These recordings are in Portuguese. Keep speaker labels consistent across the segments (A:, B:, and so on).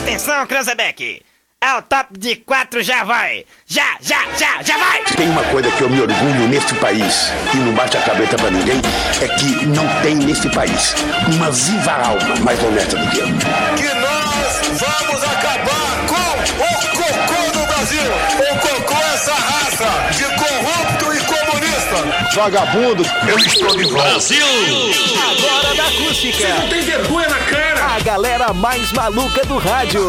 A: Atenção, Cranzebeck! Ao top de quatro já vai! Já, já, já, já vai!
B: Tem uma coisa que eu me orgulho neste país e não bate a cabeça pra ninguém, é que não tem neste país uma viva alma mais honesta do que eu.
C: que nós vamos acabar com o cocô do Brasil. O cocô é essa raça de corrupto e comunista.
B: Vagabundo, eu estou de volta.
D: Agora da acústica.
C: Tem vergonha na cara.
D: A galera mais maluca do rádio.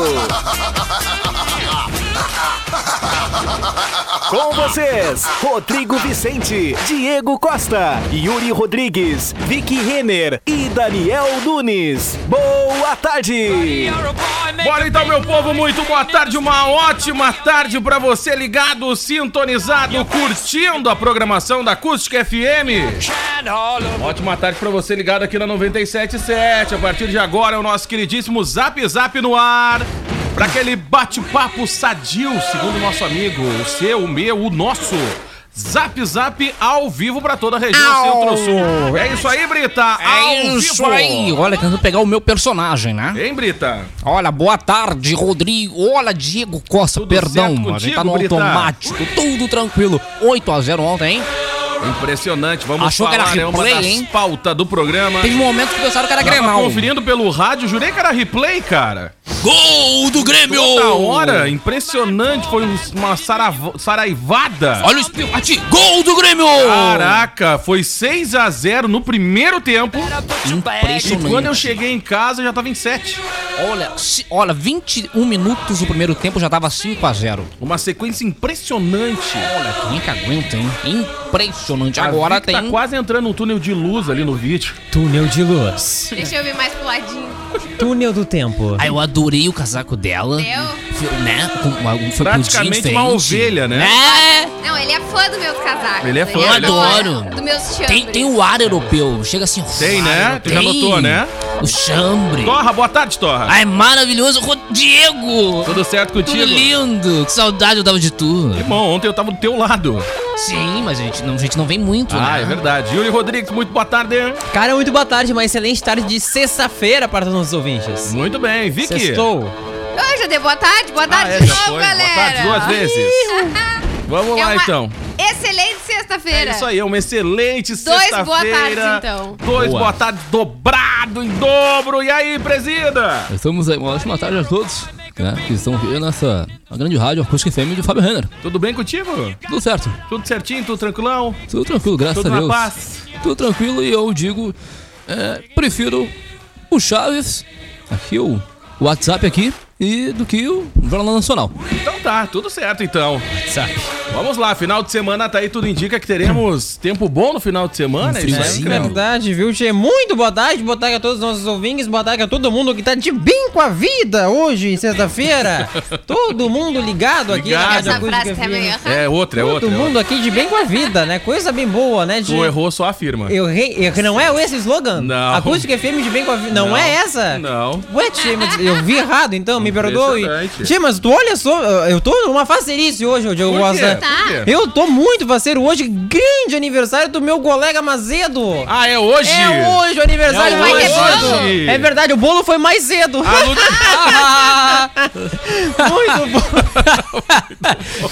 D: Com vocês, Rodrigo Vicente, Diego Costa, Yuri Rodrigues, Vicky Renner e Daniel Nunes. Boa tarde!
E: Bora então, meu povo, muito boa tarde, uma ótima tarde pra você ligado, sintonizado, curtindo a programação da Acústica FM. Ótima tarde pra você ligado aqui na 977. A partir de agora é o nosso queridíssimo Zap Zap no ar. Pra aquele bate-papo sadio, segundo o nosso amigo, o seu, o meu, o nosso. Zap Zap ao vivo pra toda a região Centro-Sul. É isso aí, Brita.
F: É
E: ao
F: isso
E: vivo.
F: aí. Olha, tentando pegar o meu personagem, né?
E: Hein, Brita?
F: Olha, boa tarde, Rodrigo. Olha, Diego Costa,
E: Tudo
F: perdão.
E: certo
F: a gente tá
E: contigo,
F: no
E: Brita?
F: automático, tudo tranquilo. 8x0 ontem, hein?
E: Impressionante. Vamos
F: Achou que
E: falar,
F: era
E: né, uma
F: replay,
E: das
F: hein? um
E: pauta do programa.
F: Teve momentos que pensaram que era
E: Tava
F: Grenal.
E: conferindo pelo rádio, jurei que era replay, cara.
F: Gol do Grêmio!
E: Toda hora, impressionante, foi um- uma saravo- saraivada.
F: Olha o espiote. Gol do Grêmio!
E: Caraca, foi 6 a 0 no primeiro tempo. E
F: Impressionante.
E: quando eu cheguei em casa, já tava em 7.
F: Olha, se- olha, 21 minutos do primeiro tempo já tava 5x0.
E: Uma sequência impressionante.
F: Olha, quem que aguenta, hein? Impressionante.
E: A
F: Agora
E: Vic
F: tem.
E: Tá quase entrando um túnel de luz ali no vídeo.
G: Túnel de luz.
H: Deixa eu ver mais pro ladinho.
G: Túnel do tempo.
F: Ah, eu adorei o casaco dela.
H: Meu.
F: Foi, né? Com uma, um felpudinho
E: Praticamente uma
F: diferente.
E: ovelha, né?
F: Né?
H: Não, ele é fã dos meus casacos.
E: Ele é fã,
F: ele é fã. Adoro.
H: Dos meus chambres.
F: Tem, tem o ar europeu. Chega assim.
E: Tem,
F: o
E: né?
F: ar,
E: Tu já
F: tem.
E: notou, né?
F: O chambre.
E: Torra, boa tarde, Torra.
F: Ah, é maravilhoso. Rod- Diego!
E: Tudo certo
F: Tudo
E: contigo?
F: lindo. Que saudade eu dava de tu.
E: Irmão, ontem eu tava do teu lado.
F: Sim, mas a gente não, a gente não vem muito,
E: Ah,
F: né?
E: é verdade. Yuri Rodrigues, muito boa tarde.
I: Cara, muito boa tarde, uma excelente tarde de sexta-feira para todos os ouvintes.
E: Muito bem, Vicky.
I: Sextou.
H: Oi, já dei boa tarde. Boa
E: Ah,
H: tarde
E: é,
H: de
E: já
H: novo,
E: foi.
H: galera.
E: Boa tarde duas vezes.
I: uh.
E: Vamos
H: É
E: lá,
H: uma
E: então.
H: Excelente sexta-feira.
E: É isso aí, é uma excelente
H: boa
E: sexta-feira.
H: tardes, então.
E: Dois boa,
G: Boa.
E: tarde dobrado, em dobro. E aí, presida?
F: Estamos aí. Uma ótima tarde a todos né, que estão vendo essa a grande rádio Acústica FM de Fábio Renner.
E: Tudo bem contigo?
F: Tudo certo.
E: Tudo certinho, tudo tranquilão?
F: Tudo tranquilo, graças
E: Tudo
F: a
E: na
F: Deus.
E: paz.
F: Tudo tranquilo e eu digo, é, prefiro o Chaves, aqui o WhatsApp aqui, e do que o Jornal Nacional.
E: Então tá, tudo certo então.
G: Sabe?
E: Vamos lá, final de semana tá aí, tudo indica que teremos tempo bom no final de semana. é
F: Um
E: isso aí,
F: friozinho.
E: Creu?
I: Verdade, viu, Tchê? Muito boa tarde, boa tarde a todos os nossos ouvintes, boa tarde a todo mundo que tá de bem com a vida hoje, sexta-feira. todo mundo ligado aqui
E: Ligado.
H: Essa
I: Acústica
H: frase tá
I: FM.
H: meio
E: É, outra, é outra.
I: Todo
E: é outra.
I: mundo aqui de bem com a vida, né? Coisa bem boa, né, Tchê?
E: Tu errou, só afirma.
I: Eu errei, errei- não é esse o slogan?
E: Não.
I: Acústica FM de bem com a vida. Não, é essa?
E: Não.
I: Ué, Tchê, mas eu vi errado, então, me perdoe.
E: Impressionante.
I: Tchê, mas tu olha só, eu tô numa facerice hoje, ô Diogo
E: Por quê?
I: Costa.
E: Por quê?
I: Eu tô muito faceiro hoje, grande aniversário do meu colega Mazedo.
E: Ah, é hoje?
I: É hoje o aniversário
E: É
I: do
H: hoje.
I: Mazedo.
E: Hoje.
I: É verdade, o bolo foi mais cedo.
E: A Lu-
I: Ah, muito bom.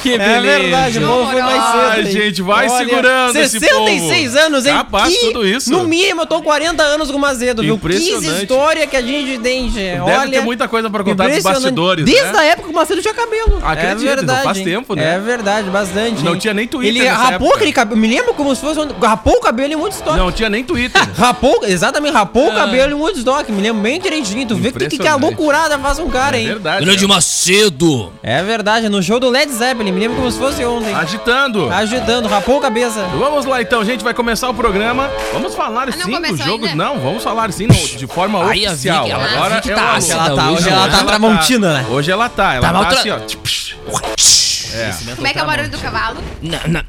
G: Que
I: É verdade, o bolo foi mais cedo.
E: Ai, gente, vai segurando esse
I: 66
E: povo.
I: anos, hein?
E: Capaz, tudo isso.
I: No mínimo, eu tô 40 anos com o Mazedo, viu?
E: Impressionante.
I: Que história que a gente tem, gente.
E: Deve
I: Olha,
E: ter muita coisa pra contar dos
I: impressionante.
E: bastidores,
I: Desde
E: né?
I: a época que o Macedo tinha cabelo. É
E: Acredito, faz
I: hein?
E: tempo, né?
I: É verdade, bastante.
E: Não
I: hein?
E: tinha nem Twitter
I: Ele
E: nessa
I: rapou
E: época.
I: aquele cabelo. Me lembro como se fosse. ontem. Rapou o cabelo em muitos toques.
E: Ah, Não tinha nem Twitter.
I: Rapou, exatamente, rapou o cabelo em um estoque. Me lembro bem direitinho. Tu vê o que, que, que a
E: Ah. Impressionante. É
I: loucurada faz um cara, hein?
E: Verdade.
F: Grande Macedo!
I: É verdade, no show do Led Zeppelin. Me lembro como se fosse ontem.
E: Ah, Agitando.
I: Ajudando, rapou a cabeça.
E: Vamos lá então, gente, vai começar o programa. Vamos falar
H: Ah, não
E: sim do
H: começou
E: jogo.
H: ainda?
E: Não, vamos falar sim no- de forma
F: Aí a
E: oficial.
F: Vicky, ela- a
E: Agora
F: Vicky
E: é
F: tá
E: o
F: ácida
E: Alô.
I: Ela tá, hoje ela tá tramontina, né?
E: Hoje ela tá, ela
F: Tá
E: tá,
F: maltra-
E: assim, ó. tch, psh. É.
H: Como é que é o barulho do cavalo?
F: Na- na-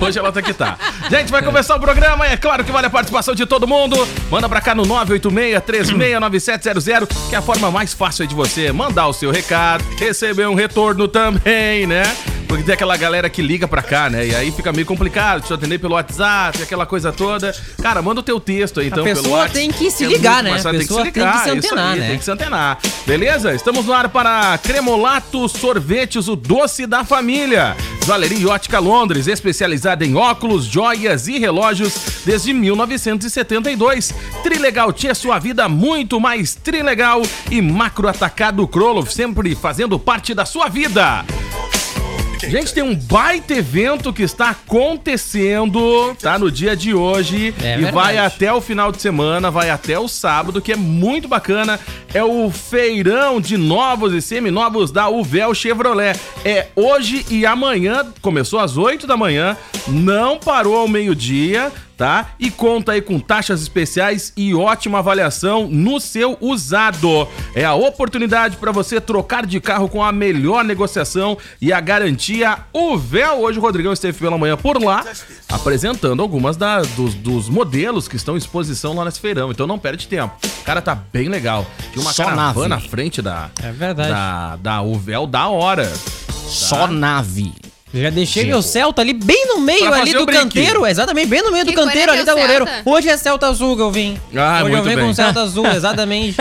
E: Hoje ela tá que tá. Gente, vai começar o programa. É claro que vale a participação de todo mundo. Manda pra cá no 986-369700, que é a forma mais fácil aí de você mandar o seu recado, receber um retorno também, né? Porque tem aquela galera que liga pra cá, né? E aí fica meio complicado, deixa eu atender pelo WhatsApp, aquela coisa toda. Cara, manda o teu texto aí, então,
I: A
E: pelo
I: pessoa
E: WhatsApp.
I: tem que se
E: É
I: ligar,
E: muito
I: né?
E: mais
I: A
E: fácil,
I: pessoa tem que se
E: isso
I: antenar,
E: aí,
I: né?
E: Tem que se antenar. Beleza? Estamos no ar para Cremolato Sorvetes, o doce da família. Valeria Ótica Londres, especializada em óculos, joias e relógios desde 1972. Trilegal tinha sua vida muito mais trilegal e Macro Atacado Krolov, sempre fazendo parte da sua vida. Gente, tem um baita evento que está acontecendo, tá? No dia de hoje.
G: É
E: e
G: verdade.
E: vai até o final de semana, vai até o sábado, que é muito bacana. É o feirão de novos e seminovos da Uvel Chevrolet. É hoje e amanhã, começou às 8 da manhã, não parou ao meio-dia. Tá? E conta aí com taxas especiais e ótima avaliação no seu usado. É a oportunidade para você trocar de carro com a melhor negociação e a garantia Uvel. Hoje o Rodrigão esteve pela manhã por lá, apresentando algumas da- dos, dos modelos que estão em exposição lá nesse feirão. Então não perde tempo. O cara tá bem legal. Tinha uma
J: Só
E: caravana na
J: nave.
E: frente da,
G: É verdade.
E: da, da Uvel da hora.
J: Só nave.
G: Já deixei
I: Chega o Celta ali bem no meio
E: Pra
I: ali
E: fazer o
I: do
E: brinque.
I: canteiro, exatamente, bem no meio do
H: Que
I: canteiro
H: cor é
I: ali
H: que é
I: da
H: o
I: Loureiro.
H: Celta?
I: Hoje é Celta azul que eu vim.
E: Ah,
I: Hoje eu
E: muito
I: venho
E: bem.
I: com Celta azul, exatamente.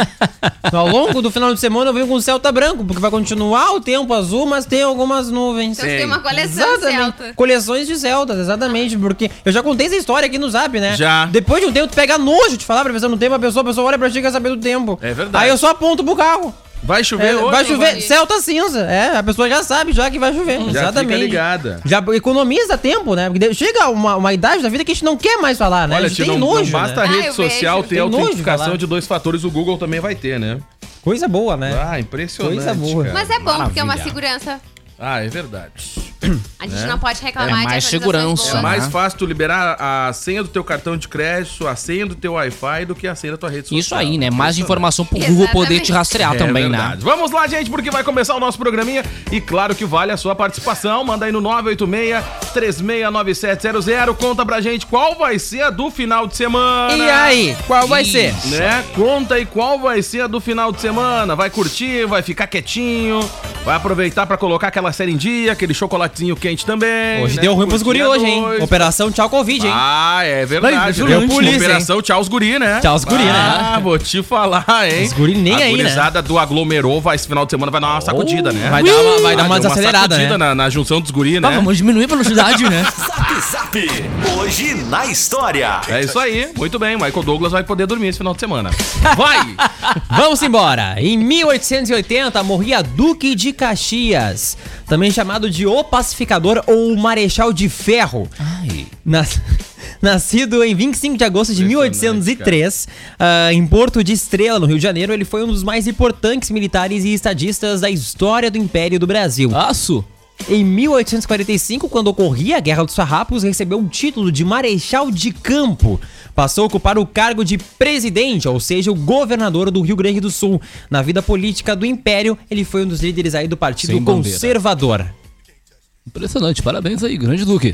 I: Então, ao longo do final de semana eu venho com Celta branco, porque vai continuar o tempo azul, mas tem algumas nuvens.
H: Então você tem uma coleção celta.
I: Coleções de Zeldas, exatamente, porque eu já contei essa história aqui no Zap, né?
E: Já.
I: Depois de um tempo, tu pega nojo de falar pra pessoa no tempo, a pessoa, a pessoa olha pra ti e quer saber do tempo.
E: É verdade.
I: Aí eu só aponto pro carro.
E: Vai chover
I: É,
E: hoje?
I: vai
H: vai-
I: chover, Celta cinza. É, a pessoa já sabe já que vai chover.
E: Já
I: Exatamente.
E: fica ligada.
I: Já economiza tempo, né? Porque de- chega uma, uma idade da vida que a gente não quer mais falar, né? a
E: Olha,
I: gente
E: Tio, não,
I: tem
E: não
I: nojo.
E: basta
I: né?
E: a
H: Ah,
E: rede
H: eu
E: social
H: vejo.
E: ter
I: Tem nojo
E: autenticação
I: falar.
E: de dois fatores, o Google também vai ter, né?
I: Coisa boa, né?
E: Ah, impressionante.
I: Coisa boa.
E: cara.
H: Mas é bom, porque é uma
J: Maravilha.
H: segurança.
E: Ah, é verdade.
H: A gente não pode reclamar
J: É mais
H: atualizações
J: segurança,
E: É
H: boas.
J: Aham.
E: mais fácil tu liberar a senha do teu cartão de crédito, a senha do teu Wi-Fi do que a senha da tua rede social.
J: Isso aí, né? Mais informação pro
H: Exatamente.
J: Google poder te rastrear
E: É
J: também, né?
E: verdade. Vamos lá, gente, porque vai começar o nosso programinha e claro que vale a sua participação. Manda aí no 986-369700. Conta pra gente qual vai ser a do final de semana.
I: E aí, qual vai
J: Ih.
I: ser?
E: Né? Conta aí qual vai ser a do final de semana. Vai curtir, vai ficar quietinho, vai aproveitar pra colocar aquela série em dia, aquele chocolatinho quente também.
I: Hoje
E: né?
I: deu ruim pros
E: Curtir
I: guri
E: a
I: hoje, hein?
E: noite.
I: Operação Tchau Covid, hein?
E: Ah, é verdade.
I: Não,
E: né?
I: deu polícia,
E: Operação Tchau os Guri, né?
I: Tchau os guri, né?
E: Ah, vou te falar, hein?
I: Os guri nem
E: a
I: aí, né? Oh,
E: gurizada do aglomerou vai esse final de semana vai dar uma sacudida, né?
I: Vai dar uma, vai
E: Ah,
I: dar uma
E: deu
I: desacelerada,
E: sacudida
I: né?
E: na, na junção dos guri, né?
J: Ah, vamos diminuir a velocidade, né?
D: Zap Zap. Hoje na história.
E: É isso aí. Muito bem, Michael Douglas vai poder dormir esse final de semana. Vai!
I: Vamos embora! Em 1880 morria Duque de Caxias, também chamado de O Pacificador ou o Marechal de Ferro.
J: Ai.
I: Nas- Nascido em 25 de agosto de 1803, ah, em Porto de Estrela, no Rio de Janeiro, ele foi um dos mais importantes militares e estadistas da história do Império do Brasil.
J: Aço.
I: Em 1845, quando ocorria a Guerra dos Farrapos, recebeu o título de Marechal de Campo. Passou a ocupar o cargo de presidente, ou seja, o governador do Rio Grande do Sul. Na vida política do Império, ele foi um dos líderes aí do Partido
J: Sem bandeira.
I: Conservador.
J: Impressionante. Parabéns aí, grande Duque.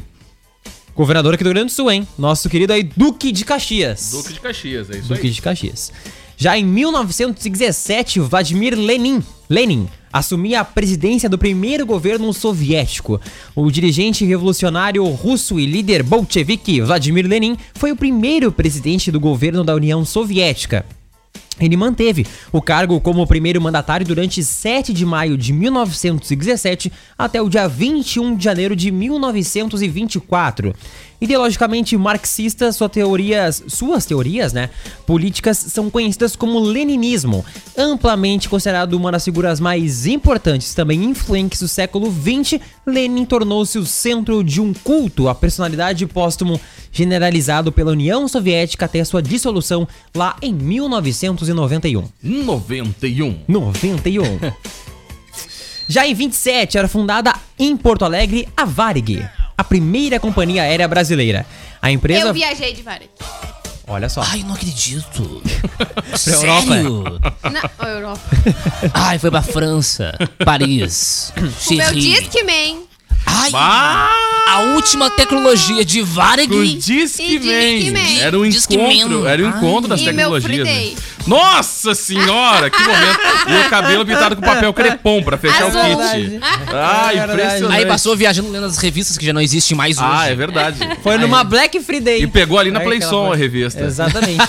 I: Governador aqui do Rio Grande do Sul, hein? Nosso querido aí Duque de Caxias.
E: Duque de Caxias, é isso
I: Duque
E: aí.
I: de Caxias. Já em 1917, Vladimir Lenin, Lenin assumia a presidência do primeiro governo soviético. O dirigente revolucionário russo e líder bolchevique Vladimir Lenin foi o primeiro presidente do governo da União Soviética. Ele manteve o cargo como primeiro mandatário durante 7 de maio de 1917 até o dia 21 de janeiro de 1924. Ideologicamente marxista, sua teorias- suas teorias né, políticas são conhecidas como leninismo, amplamente considerado uma das figuras mais importantes e também influentes do século XX. Lenin tornou-se o centro de um culto à personalidade póstumo generalizado pela União Soviética até sua dissolução lá em 1991.
E: 91.
I: 91. Já em 27 era fundada em Porto Alegre a Varig, a primeira companhia aérea brasileira. A empresa
H: Eu viajei de várias.
I: Olha só.
J: Ai, não acredito.
I: Europa.
J: Sério?
H: Na Europa.
J: Ai, foi pra França, Paris,
H: O meu
J: Chirri.
H: Discman
J: Ai,
E: Ah!
J: a última tecnologia de
E: O
J: Varig.
E: Disque
H: E Disque
E: Man.
H: Man.
E: Era o
J: Disque
E: encontro,
J: Man.
E: era o
J: Ai.
E: encontro das
H: E meu
E: tecnologias.
H: Free
E: né?
H: Day.
E: Nossa senhora, que momento. E o cabelo pintado com papel crepom pra fechar
J: Azul.
E: o kit. Ah, impressionante.
J: Aí passou viajando lendo as revistas que já não existem mais hoje.
E: Ah, é verdade.
J: Foi
I: numa Black Friday.
E: E pegou ali na
I: Aí
E: Playson
I: aquela-
E: a revista.
I: Exatamente.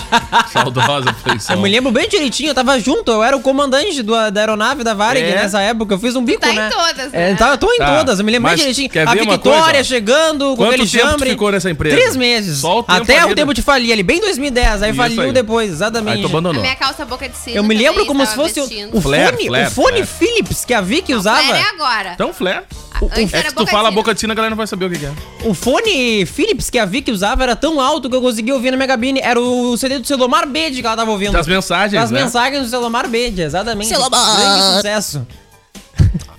E: Saudosa Playson.
I: Eu me lembro bem direitinho, eu tava junto, eu era o comandante do- da aeronave da Varig
E: É.
I: nessa época, eu fiz um bico,
H: tá em
I: né?
H: todas,
I: É,
H: né?
I: tá, eu tô em
E: Tá.
I: todas, eu me lembro bem
E: Mas
I: direitinho.
E: quer
I: a
E: ver uma
I: Vitória
E: coisa?
I: chegando, com
E: Quanto
I: aquele
E: tempo tu
I: chambre.
E: ficou nessa empresa?
I: Três meses.
E: Só o tempo
I: Até
E: ali
I: o
E: da-
I: tempo de falir ali, bem 2010, aí
E: Isso
I: faliu
E: aí.
I: depois, exatamente.
E: Aí tu
H: A
E: abandonou.
H: minha calça boca de sino
I: Eu me lembro
H: também
I: como se
H: estava
I: fosse
H: vestindo.
I: o, o
E: Flare,
I: fone,
E: flare,
I: o fone
E: flare.
I: Philips que a Vicky usava.
H: Flare é agora.
E: Então, flare.
H: Antes
E: É
H: era
E: que tu
H: de
E: fala a
H: sino.
E: boca de sina, a galera não vai saber o que que é.
I: O fone Philips que a Vicky usava era tão alto que eu conseguia ouvir na minha cabine. Era o CD do Celomar Bede que ela tava ouvindo.
E: Das mensagens,
I: Das
E: né?
I: mensagens do Celomar Bede, exatamente.
J: Celomar.
I: Grande sucesso.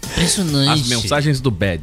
J: Impressionante.
E: As mensagens do Bad.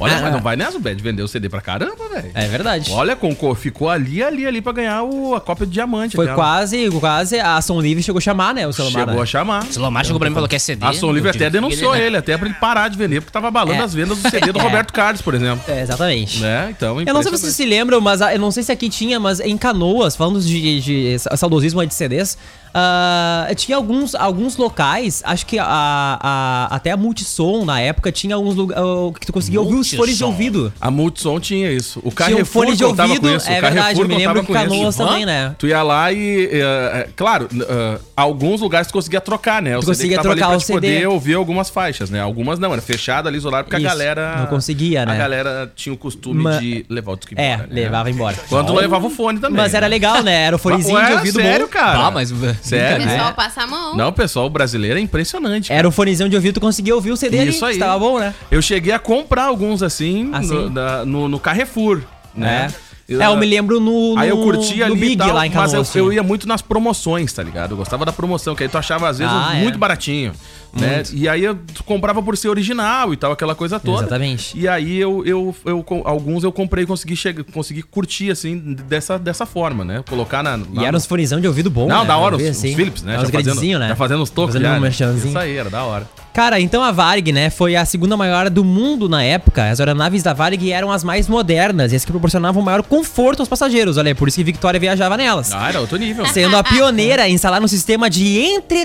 E: Olha,
J: Ah.
E: mas não vai nessa, o Bad vendeu o CD pra caramba, velho.
I: É verdade.
E: Olha, concor, ficou ali, ali, ali pra ganhar o- a Copa de Diamante.
I: Foi
E: aquela.
I: quase, quase a Ação Livre chegou a chamar, né, o Celomar.
E: Chegou
I: né?
E: a chamar.
J: O Lomar chegou pra mim e falou que é CD.
E: A Som Livre
J: Eu digo,
E: Ah, até denunciou ele, até pra ele parar de vender, porque tava abalando
I: É.
E: as vendas do CD do Roberto Carlos, por exemplo.
I: É, exatamente.
E: Né? Então,
I: Eu não sei se vocês se lembram, mas ah, eu não sei se aqui tinha, mas em Canoas, falando de, de sa- saudosismo aí de CDs, ah, tinha alguns, alguns locais, acho que a, a- até a Multissom na época tinha alguns lugares que tu conseguia ouvir os fones de
J: Multissom.
I: ouvido.
E: A Multissom tinha isso. O
I: Tinha um
E: Carrefour
I: fone de
E: contava
I: ouvido,
E: com isso.
I: é
E: o Carrefour
I: verdade, eu me
E: contava
I: lembro que
E: com isso.
I: Canoas
E: Hã?
I: também, né?
E: Tu ia lá e... eh, eh, claro, n- ah, alguns lugares tu conseguia trocar, né? O CD
I: Tu
E: que
I: conseguia
E: tava ali
I: trocar
E: pra
I: o
E: te
I: CD.
E: poder ouvir algumas faixas, né? Algumas não, era fechado ali, isolado, porque
I: Isso,
E: a galera...
I: não conseguia, né?
E: A galera tinha o costume
I: Ma-
E: de levar o disco
I: É,
E: embora, né?
I: levava embora.
E: Quando levava o fone também.
I: Mas era
E: né?
I: legal, né? Era o fonezinho
E: Ué,
I: de ouvido
E: sério,
I: bom.
E: cara?
J: Ah, mas.
H: O
E: Sério?
H: pessoal passa a mão.
E: né? Não, o pessoal brasileiro é impressionante.
I: Era o fonezinho de ouvido, tu conseguia ouvir o CD
E: Isso
I: ali,
E: aí.
I: tava bom, né?
E: Eu cheguei a comprar alguns assim,
I: Assim?
E: No, da- no- no Carrefour, né?
I: É. É, eu me lembro no, no
E: Aí eu curtia
I: no
E: ali
I: Big
E: e tal,
I: lá em Canoas.
E: mas eu,
I: tinha.
E: eu ia muito nas promoções, tá ligado? Eu gostava da promoção, que aí tu achava às vezes
I: Ah, é.
E: muito baratinho, né? E aí eu- tu comprava por ser original e tal, aquela coisa toda.
I: Exatamente.
E: E aí eu, eu, eu com- alguns eu comprei e consegui chegar, consegui curtir assim dessa, dessa forma, né? Colocar na
I: E
E: lá
I: era
E: no-
I: uns fonezinão de ouvido bom,
E: não,
I: né?
E: da hora,
I: Eu
E: os,
I: vi
E: os
I: assim.
E: Philips, né?
I: É, Uns gradezinhos, né?
E: Já fazendo os tocos,
I: Fazendo
E: já,
I: um
E: né?
I: merchanzinho.
E: Isso aí, era da hora.
I: Cara, então a Varig, né, foi a segunda maior do mundo na época. As aeronaves da Varig eram as mais modernas e as que proporcionavam maior conforto aos passageiros. Olha, aí, por isso que Victoria viajava nelas.
E: Ah, era outro nível.
I: Sendo a pioneira em instalar um sistema de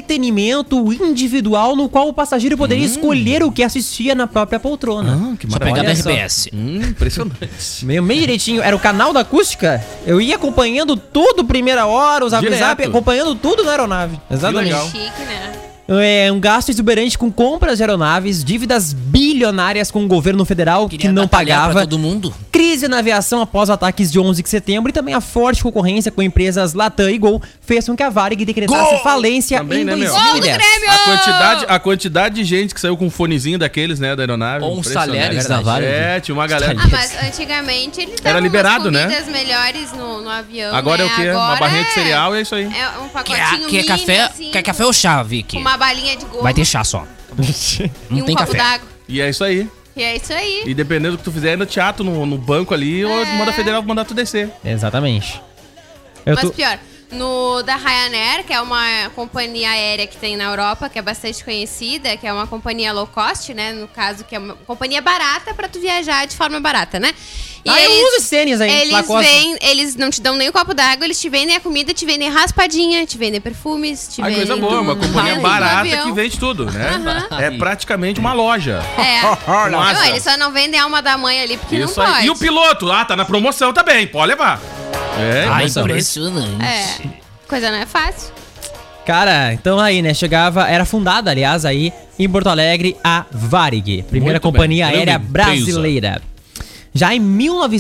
I: entretenimento individual no qual o passageiro
E: Hum.
I: poderia escolher o que assistia na própria poltrona.
E: Ah, que
J: Só pegar da
I: Olha só.
J: RBS.
E: Hum, impressionante.
I: Meio, meio direitinho, era o canal da acústica. Eu ia acompanhando tudo, primeira hora, os zap
E: Direto.
I: zap, acompanhando tudo na aeronave. Exatamente.
E: legal.
H: Chique, né?
I: É, um gasto exuberante com compras de aeronaves, dívidas bilionárias com o governo federal que não
J: Pra
I: pagava,
J: todo mundo.
I: crise na aviação após ataques de 11 de setembro e também a forte concorrência com empresas Latam e Gol fez com que a Varig decretasse falência
E: Também,
I: em
E: né, meu?
H: Gol do
I: 2010.
H: Grêmio!
E: A quantidade, a quantidade de gente que saiu com um fonezinho daqueles, né, da aeronave.
J: Ou uns
E: impressionante.
J: talheres da Varig.
E: É, tinha uma galera.
H: Ah, mas antigamente eles davam
E: liberado,
H: umas
E: né?
H: comidas melhores no, no avião,
E: Agora é
H: né?
E: o quê? Uma
H: Agora
E: barrinha de
H: é-
E: cereal e é isso aí.
H: É um
J: Quer,
H: pacotinho
J: quer
H: mini,
J: café?
H: assim,
J: Quer café ou chá, Vicky?
H: com Uma balinha de goma
J: Vai ter chá só.
H: e
J: Não
H: um
J: tem
H: copo
J: café.
H: d'água.
E: E é isso aí.
H: E é isso aí.
E: E dependendo do que tu fizer é no teatro, no, no banco ali, ou manda a federal mandar tu descer.
I: Exatamente. Eu
H: Mas
I: tô...
H: pior, no da Ryanair, que é uma companhia aérea que tem na Europa, que é bastante conhecida, que é uma companhia low cost, né? No caso, que é uma companhia barata pra tu viajar de forma barata, né? E
I: Ah, eu uso esses tênis aí,
H: Eles,
I: Lacoste.
H: vêm- eles não te dão nem o copo d'água, eles te vendem a comida, te vendem raspadinha, te vendem perfumes, te
E: Aí
H: vendem.
E: coisa boa, uma
H: tudo,
E: companhia
H: tudo no
E: barata
H: avião.
E: que vende tudo, né? É praticamente uma loja.
H: É.
E: Com
H: Não,
E: asa.
H: eles só não vendem a alma da mãe ali porque
E: Isso
H: não
E: aí.
H: pode.
E: E o piloto? Ah, tá na promoção também, pode levar. É,
J: Ah,
F: então.
E: mas-
J: impressionante.
H: É. Coisa não é fácil.
I: Cara, então aí, né? Chegava, era fundada, aliás, aí em Porto Alegre a Varig, primeira
E: Muito
I: companhia
E: bem, grande
I: aérea
E: empresa.
I: brasileira. Já em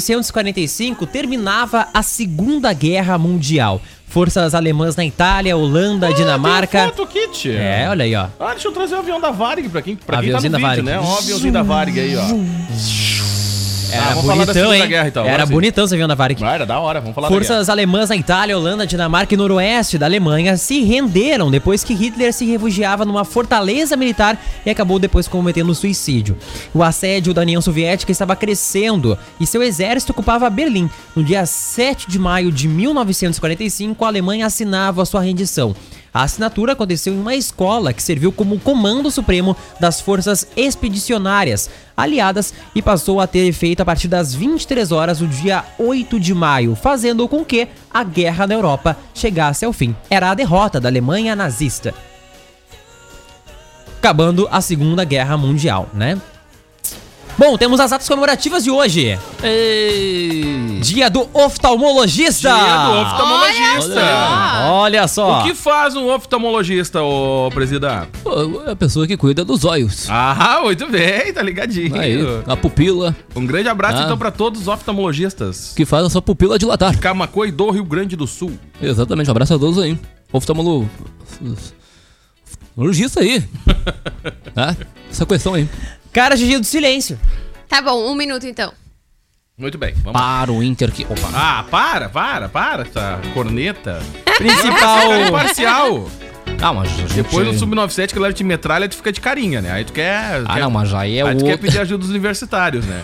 I: 1945 terminava a Segunda Guerra Mundial. Forças alemãs na Itália, Holanda,
E: Tem
I: Dinamarca.
E: foto, Kit.
I: É, olha aí, ó.
E: um Ah, deixa eu trazer o avião da Varig pra quem, pra quem tá no
I: Aviãozinho da
E: vídeo,
I: Varig.
E: né? Ó, o aviãozinho da Varig aí, ó.
I: Era
E: Ah, vamos falar da
I: bonitão,
E: Segunda
I: hein?
E: Guerra, então, agora
I: Era
E: sim.
I: bonitão esse avião da Varig.
E: Ah, era da hora, vamos falar da guerra.
I: Forças alemãs na Itália, Holanda, Dinamarca e noroeste da Alemanha se renderam depois que Hitler se refugiava numa fortaleza militar e acabou depois cometendo um suicídio. O assédio da União Soviética estava crescendo e seu exército ocupava Berlim. No dia 7 de maio de 1945, a Alemanha assinava sua rendição. A assinatura aconteceu em uma escola que serviu como comando supremo das forças expedicionárias aliadas e passou a ter efeito a partir das 23 horas do dia 8 de maio, fazendo com que a guerra na Europa chegasse ao fim. Era a derrota da Alemanha nazista. Acabando a Segunda Guerra Mundial, né? Bom, temos as atas comemorativas de hoje. Dia do oftalmologista.
E: Dia do oftalmologista.
I: Tá. Olha, olha só.
E: O que faz um oftalmologista, ô presida?
F: Pô, é a pessoa que cuida dos olhos.
E: Ah, muito bem, tá ligadinho.
F: Aí, a pupila
E: Um grande abraço,
F: Ah.
E: então, pra todos os oftalmologistas.
F: que faz a sua pupila dilatar.
E: Camacô e do Rio Grande do Sul.
F: Exatamente, um abraço a todos aí. Oftalmolo... Oftalmologista aí. tá? Essa questão aí.
I: Cara, Gigi do silêncio.
H: Tá bom, um minuto então.
E: Muito bem, vamos lá.
F: Para o Inter que... Opa.
E: Ah, para, para, para essa corneta. É
I: Principal.
E: parcial.
F: Ah, mas a gente...
E: Depois no Sub-97 que leva de metralha, tu fica de carinha, né? Aí tu quer...
F: Ah,
E: quer-
F: não, mas aí é
E: Aí tu
F: o...
E: quer pedir ajuda dos universitários, né?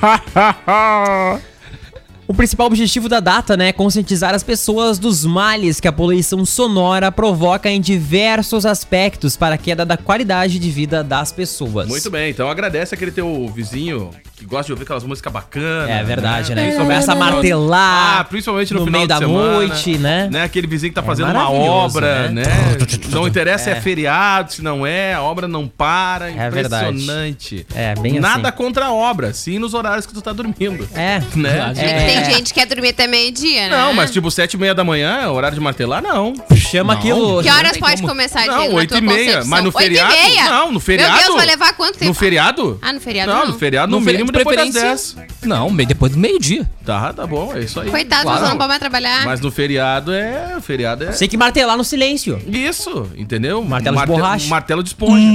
I: o principal objetivo da data, né, é conscientizar as pessoas dos males que a poluição sonora provoca em diversos aspectos para a queda da qualidade de vida das pessoas.
E: Muito bem, então agradece aquele teu vizinho que gosta de ouvir aquelas músicas bacanas.
I: É verdade, né?
E: Isso
I: Começa a
E: mesmo.
I: martelar.
E: Ah, principalmente no,
I: no
E: final
I: meio
E: de
I: da
E: semana,
I: noite, né?
E: Aquele vizinho que tá fazendo uma
I: maravilhoso,
E: obra, né?
I: né?
E: Não interessa se é feriado, se não é, a obra não para.
I: É verdade.
E: Impressionante.
I: É, bem assim.
E: Nada contra a obra, sim nos horários que tu tá dormindo.
I: É.
E: Né?
H: É que tem gente que quer dormir até meio-dia, né?
E: Não, mas tipo sete e meia da manhã, horário de martelar, não.
I: Chama aquilo.
H: Que horas
F: tem
H: pode
F: como.
H: começar, Diego,
E: Não,
H: na
E: oito
H: tua
E: e meia.
H: concepção?
E: Mas no
H: Oito e
E: feriado?
H: meia?
E: Não, no feriado.
H: Meu Deus, vai levar quanto tempo?
E: No feriado?
H: Ah, no feriado
E: Não,
H: não.
E: no feriado, no,
F: No feriado,
E: mínimo, depois das
F: preferência.
E: 10.
F: Não, meio- depois do meio-dia.
E: Tá, tá bom, é isso aí.
H: Coitado,
E: Claro.
H: não pode mais trabalhar.
E: Mas no feriado é. Feriado é.
I: Você tem que martelar no silêncio.
E: Isso, entendeu?
I: Martelo de borracha. Hum.
E: Martelo de esponja.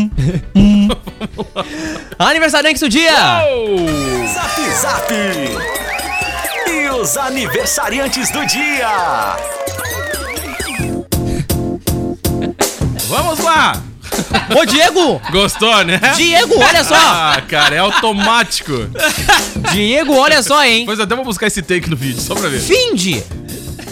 I: Aniversariante do dia!
E: Oh,
D: Zap Zap! E os aniversariantes do dia!
E: Vamos lá!
I: Ô, Diego!
E: Gostou, né?
I: Diego, olha só!
E: Ah, cara, é automático.
I: Diego, olha só, hein?
E: Depois eu até vou buscar esse take no vídeo, só pra ver.
I: Finde!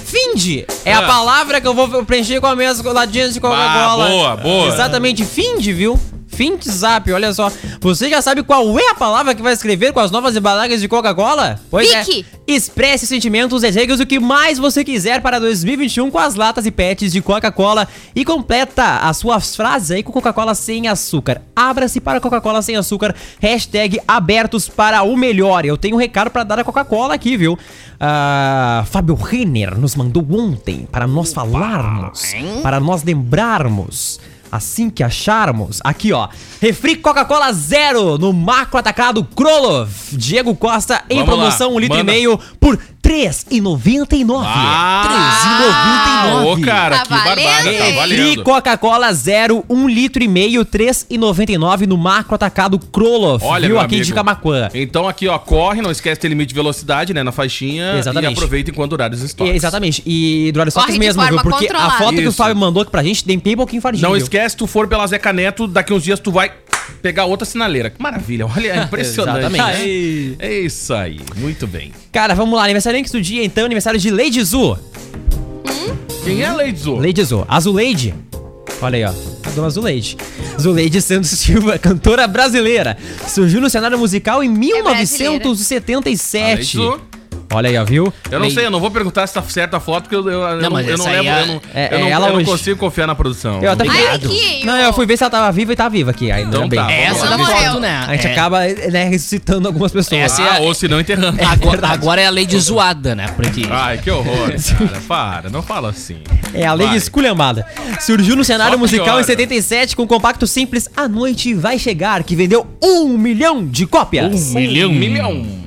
I: Finde! É a
E: Ah.
I: palavra que eu vou preencher com a minha coladinha de Coca-Cola.
E: Ah, boa, boa.
I: Exatamente, finde, viu? Finde Zap, olha só. Você já sabe qual é a palavra que vai escrever com as novas embalagens de Coca-Cola? Pois
H: Pique.
I: é. Expresse sentimentos, desejos e o que mais você quiser para 2021 com as latas e pets de Coca-Cola. E completa as suas frases aí com Coca-Cola sem açúcar. Abra-se para Coca-Cola sem açúcar. Hashtag abertos para o melhor. Eu tenho um recado para dar a Coca-Cola aqui, viu? Ah, Fábio Renner nos mandou ontem para nós falarmos, para nós lembrarmos. Assim que acharmos, aqui ó, refri Coca-Cola zero no macro atacado Krolov. Diego Costa em
E: Vamos
I: promoção,
E: lá,
I: um litro
E: manda.
I: e meio por R$ 3,99.
E: Ah, Ô,
I: 3,99.
E: cara,
H: Tá
E: que barbada,
H: valendo,
E: tá
H: hein?
I: Refri
E: valendo.
I: Coca-Cola zero, um litro e meio, R$ 3,99 no macro atacado Krolov.
E: Olha,
I: viu
E: meu
I: aqui
E: amigo.
I: de Camacuã.
E: Então aqui, ó, corre, não esquece ter limite de velocidade, né, na faixinha.
I: Exatamente.
E: E aproveita enquanto horários
I: E-
E: estoques.
I: Exatamente, e do Aristoteles
H: Corre de
I: mesmo, viu?
H: forma
I: Porque a
H: controlada.
I: foto que o
E: Isso.
I: Fábio mandou aqui pra gente tem bem pouquinho fardinho.
E: Não
I: viu?
E: esquece, tu for pela Zeca Neto, daqui uns dias tu vai pegar outra sinaleira. Que maravilha, olha, é impressionante.
I: Exatamente.
E: né? É isso aí, muito bem.
I: Cara, vamos lá, aniversário do dia então, aniversário de Lady Zu.
E: Quem é a Lady Zo?
I: Lady Zo, a Zuleide. Olha aí, ó. A dona Zuleide. Zuleide Santos Silva, cantora brasileira. Surgiu no cenário musical em
H: brasileira.
I: 1977.
E: Além disso,
I: Olha aí, ó, viu?
E: Eu não sei, eu não vou perguntar se tá certa a foto, porque eu, eu- eu não,
J: mas
E: eu não
J: essa aí
E: lembro.
J: é-
E: Eu não,
I: é-
E: eu não-
I: é ela
E: eu não
I: hoje.
E: consigo confiar na produção.
I: Eu até
H: Ai,
I: fiquei-
H: que
I: Não, eu fui ver se ela tava viva e tá viva aqui ainda.
E: Então
I: bem.
E: tá, vamos
J: Essa
E: lá.
J: da
H: Vamos lá.
J: foto, né?
I: A gente
J: É,
I: acaba, né, ressuscitando algumas pessoas.
J: Essa é
E: Ah,
J: a-
E: ou se não enterrando.
J: Agora, agora é a lei de zoada, né? Porque...
E: Ai, que horror, cara. Para, não fala assim.
I: É a lei
E: Vai.
I: de esculhambada. Surgiu no cenário
E: Só
I: musical
E: piora.
I: em 77 com o compacto simples A Noite Vai Chegar, que vendeu um milhão de cópias.
E: Milhão. Milhão.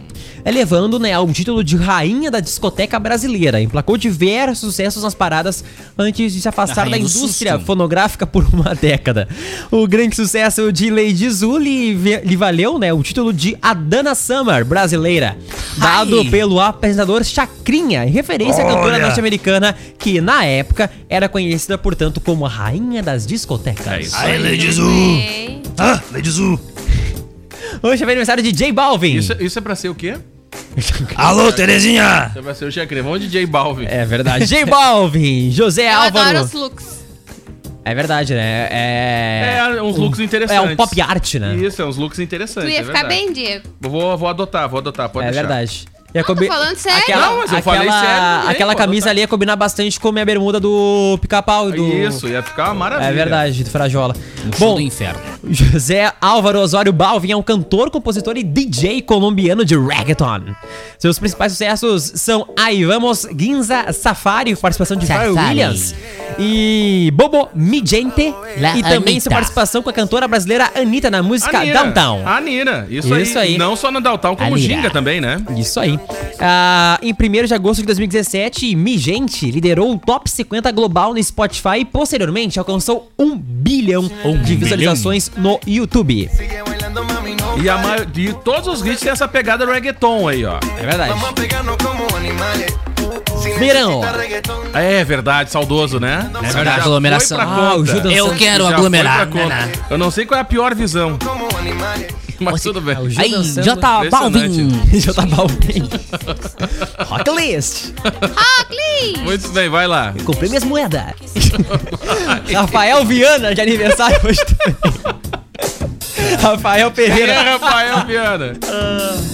I: elevando né, ao título de rainha da discoteca brasileira. Emplacou diversos sucessos nas paradas antes de se afastar
J: rainha
I: da
J: do
I: indústria
J: susto.
I: fonográfica por uma década. O grande sucesso de Lady Zu lhe, ve- lhe valeu né, o título de Adana Summer brasileira, dado
J: Ai.
I: pelo apresentador Chacrinha, em referência à cantora norte-americana que, na época, era conhecida, portanto, como a rainha das discotecas.
E: É isso.
J: Ai, lei de
H: Ei.
J: Ah,
I: Hoje é aniversário de J Balvin.
E: Isso, isso é pra ser o quê?
J: Alô, Terezinha!
E: Isso é pra ser o Chacrevão de J Balvin.
I: É verdade. J É Balvin, José
H: Eu
I: Álvaro.
H: adoro os looks.
I: É verdade, né? É.
E: É, uns looks
I: um-
E: interessantes.
I: É um pop art, né?
E: Isso, é uns looks
H: Tu
E: interessantes.
H: ia
E: é
H: ficar
E: verdade.
H: bem, Diego.
E: Vou, vou adotar, vou adotar, pode
I: é
E: deixar.
I: verdade. Ia
H: Tô falando sério.
I: Aquela,
E: Não, mas eu
I: aquela,
E: falei sério também,
I: aquela
E: pô,
I: camisa
E: tá.
I: ali ia combinar bastante com a minha bermuda do pica-pau. e Do...
E: Isso, ia ficar uma maravilha.
I: É verdade, do Frajola.
F: Bom,
I: Bom,
F: do inferno.
I: José Álvaro Osório Balvin é um cantor, compositor e DJ colombiano de reggaeton. Seus principais sucessos são Aí Vamos, Ginza, Safari, participação de Pharrell
J: Safari.
I: Williams e Bobo Mi Gente
J: La
I: e também
J: Anitta.
I: sua participação com a cantora brasileira Anitta na música
E: A Nina,
I: Downtown.
E: A Nina, isso,
I: Isso
E: aí.
I: aí.
E: Não só na Downtown, como
J: A Nina.
E: Ginga também, né?
I: Isso aí. Ah, em 1 de agosto de 2017, Mi Gente liderou o top 50 global no Spotify e posteriormente alcançou 1 bilhão de visualizações no YouTube.
E: E, a mai- e todos os hits têm essa pegada reggaeton aí, ó.
I: É verdade. Verão.
E: É verdade, saudoso, né? É
F: verdade. Aglomeração.
E: Ah, o Judas
F: Eu
E: Santos
F: quero
E: já foi
F: aglomerar,
E: pra conta.
F: né, né?
E: Eu não sei qual é a pior visão. Mas tudo bem.
F: Aí,
I: dançando.
F: já tá
E: Impressionante.
F: Balvin.
I: Já tá mal bem. Rocklist.
H: Ah, Clean!
E: Muito bem, vai lá.
I: Comprei minhas moedas. Rafael Viana de aniversário hoje também. Rafael
E: Quem é
I: Pereira.
E: Rafael Viana?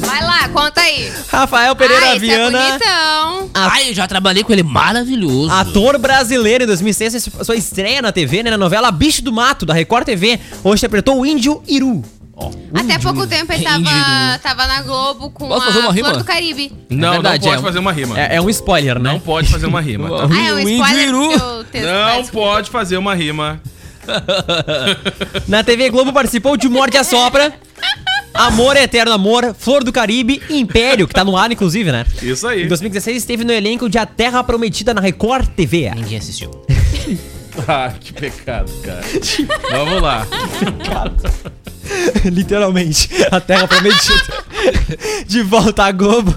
H: Vai lá, conta aí.
I: Rafael Pereira
H: ah, esse é
I: Viana.
H: bonitão.
F: Ai, eu já trabalhei com ele, maravilhoso.
I: Ator brasileiro em 2006, fez sua estreia na TV, né, na novela Bicho do Mato, da Record TV, onde interpretou o índio Iru.
H: Até pouco tempo ele tava, tava na Globo com
F: Posso
H: a
F: fazer uma
H: Flor
F: rima?
H: do Caribe.
E: Não,
I: verdade,
E: não pode
I: é um-
E: fazer uma rima.
I: É, é um spoiler, né?
E: Não pode fazer uma rima. tá?
H: Ah, é um
F: O índio
H: spoiler
F: Iru.
H: do seu texto.
E: Não
H: básico.
E: pode fazer uma rima.
I: Na TV Globo participou de Morde a Sopra, Amor é Eterno Amor, Flor do Caribe e Império, que tá no ar, inclusive, né?
E: Isso aí.
I: Em 2016 esteve no elenco de A Terra Prometida na Record TV.
F: Ninguém assistiu.
E: Ah, que pecado, cara. Vamos lá.
I: Literalmente, A Terra Prometida. De volta à Globo.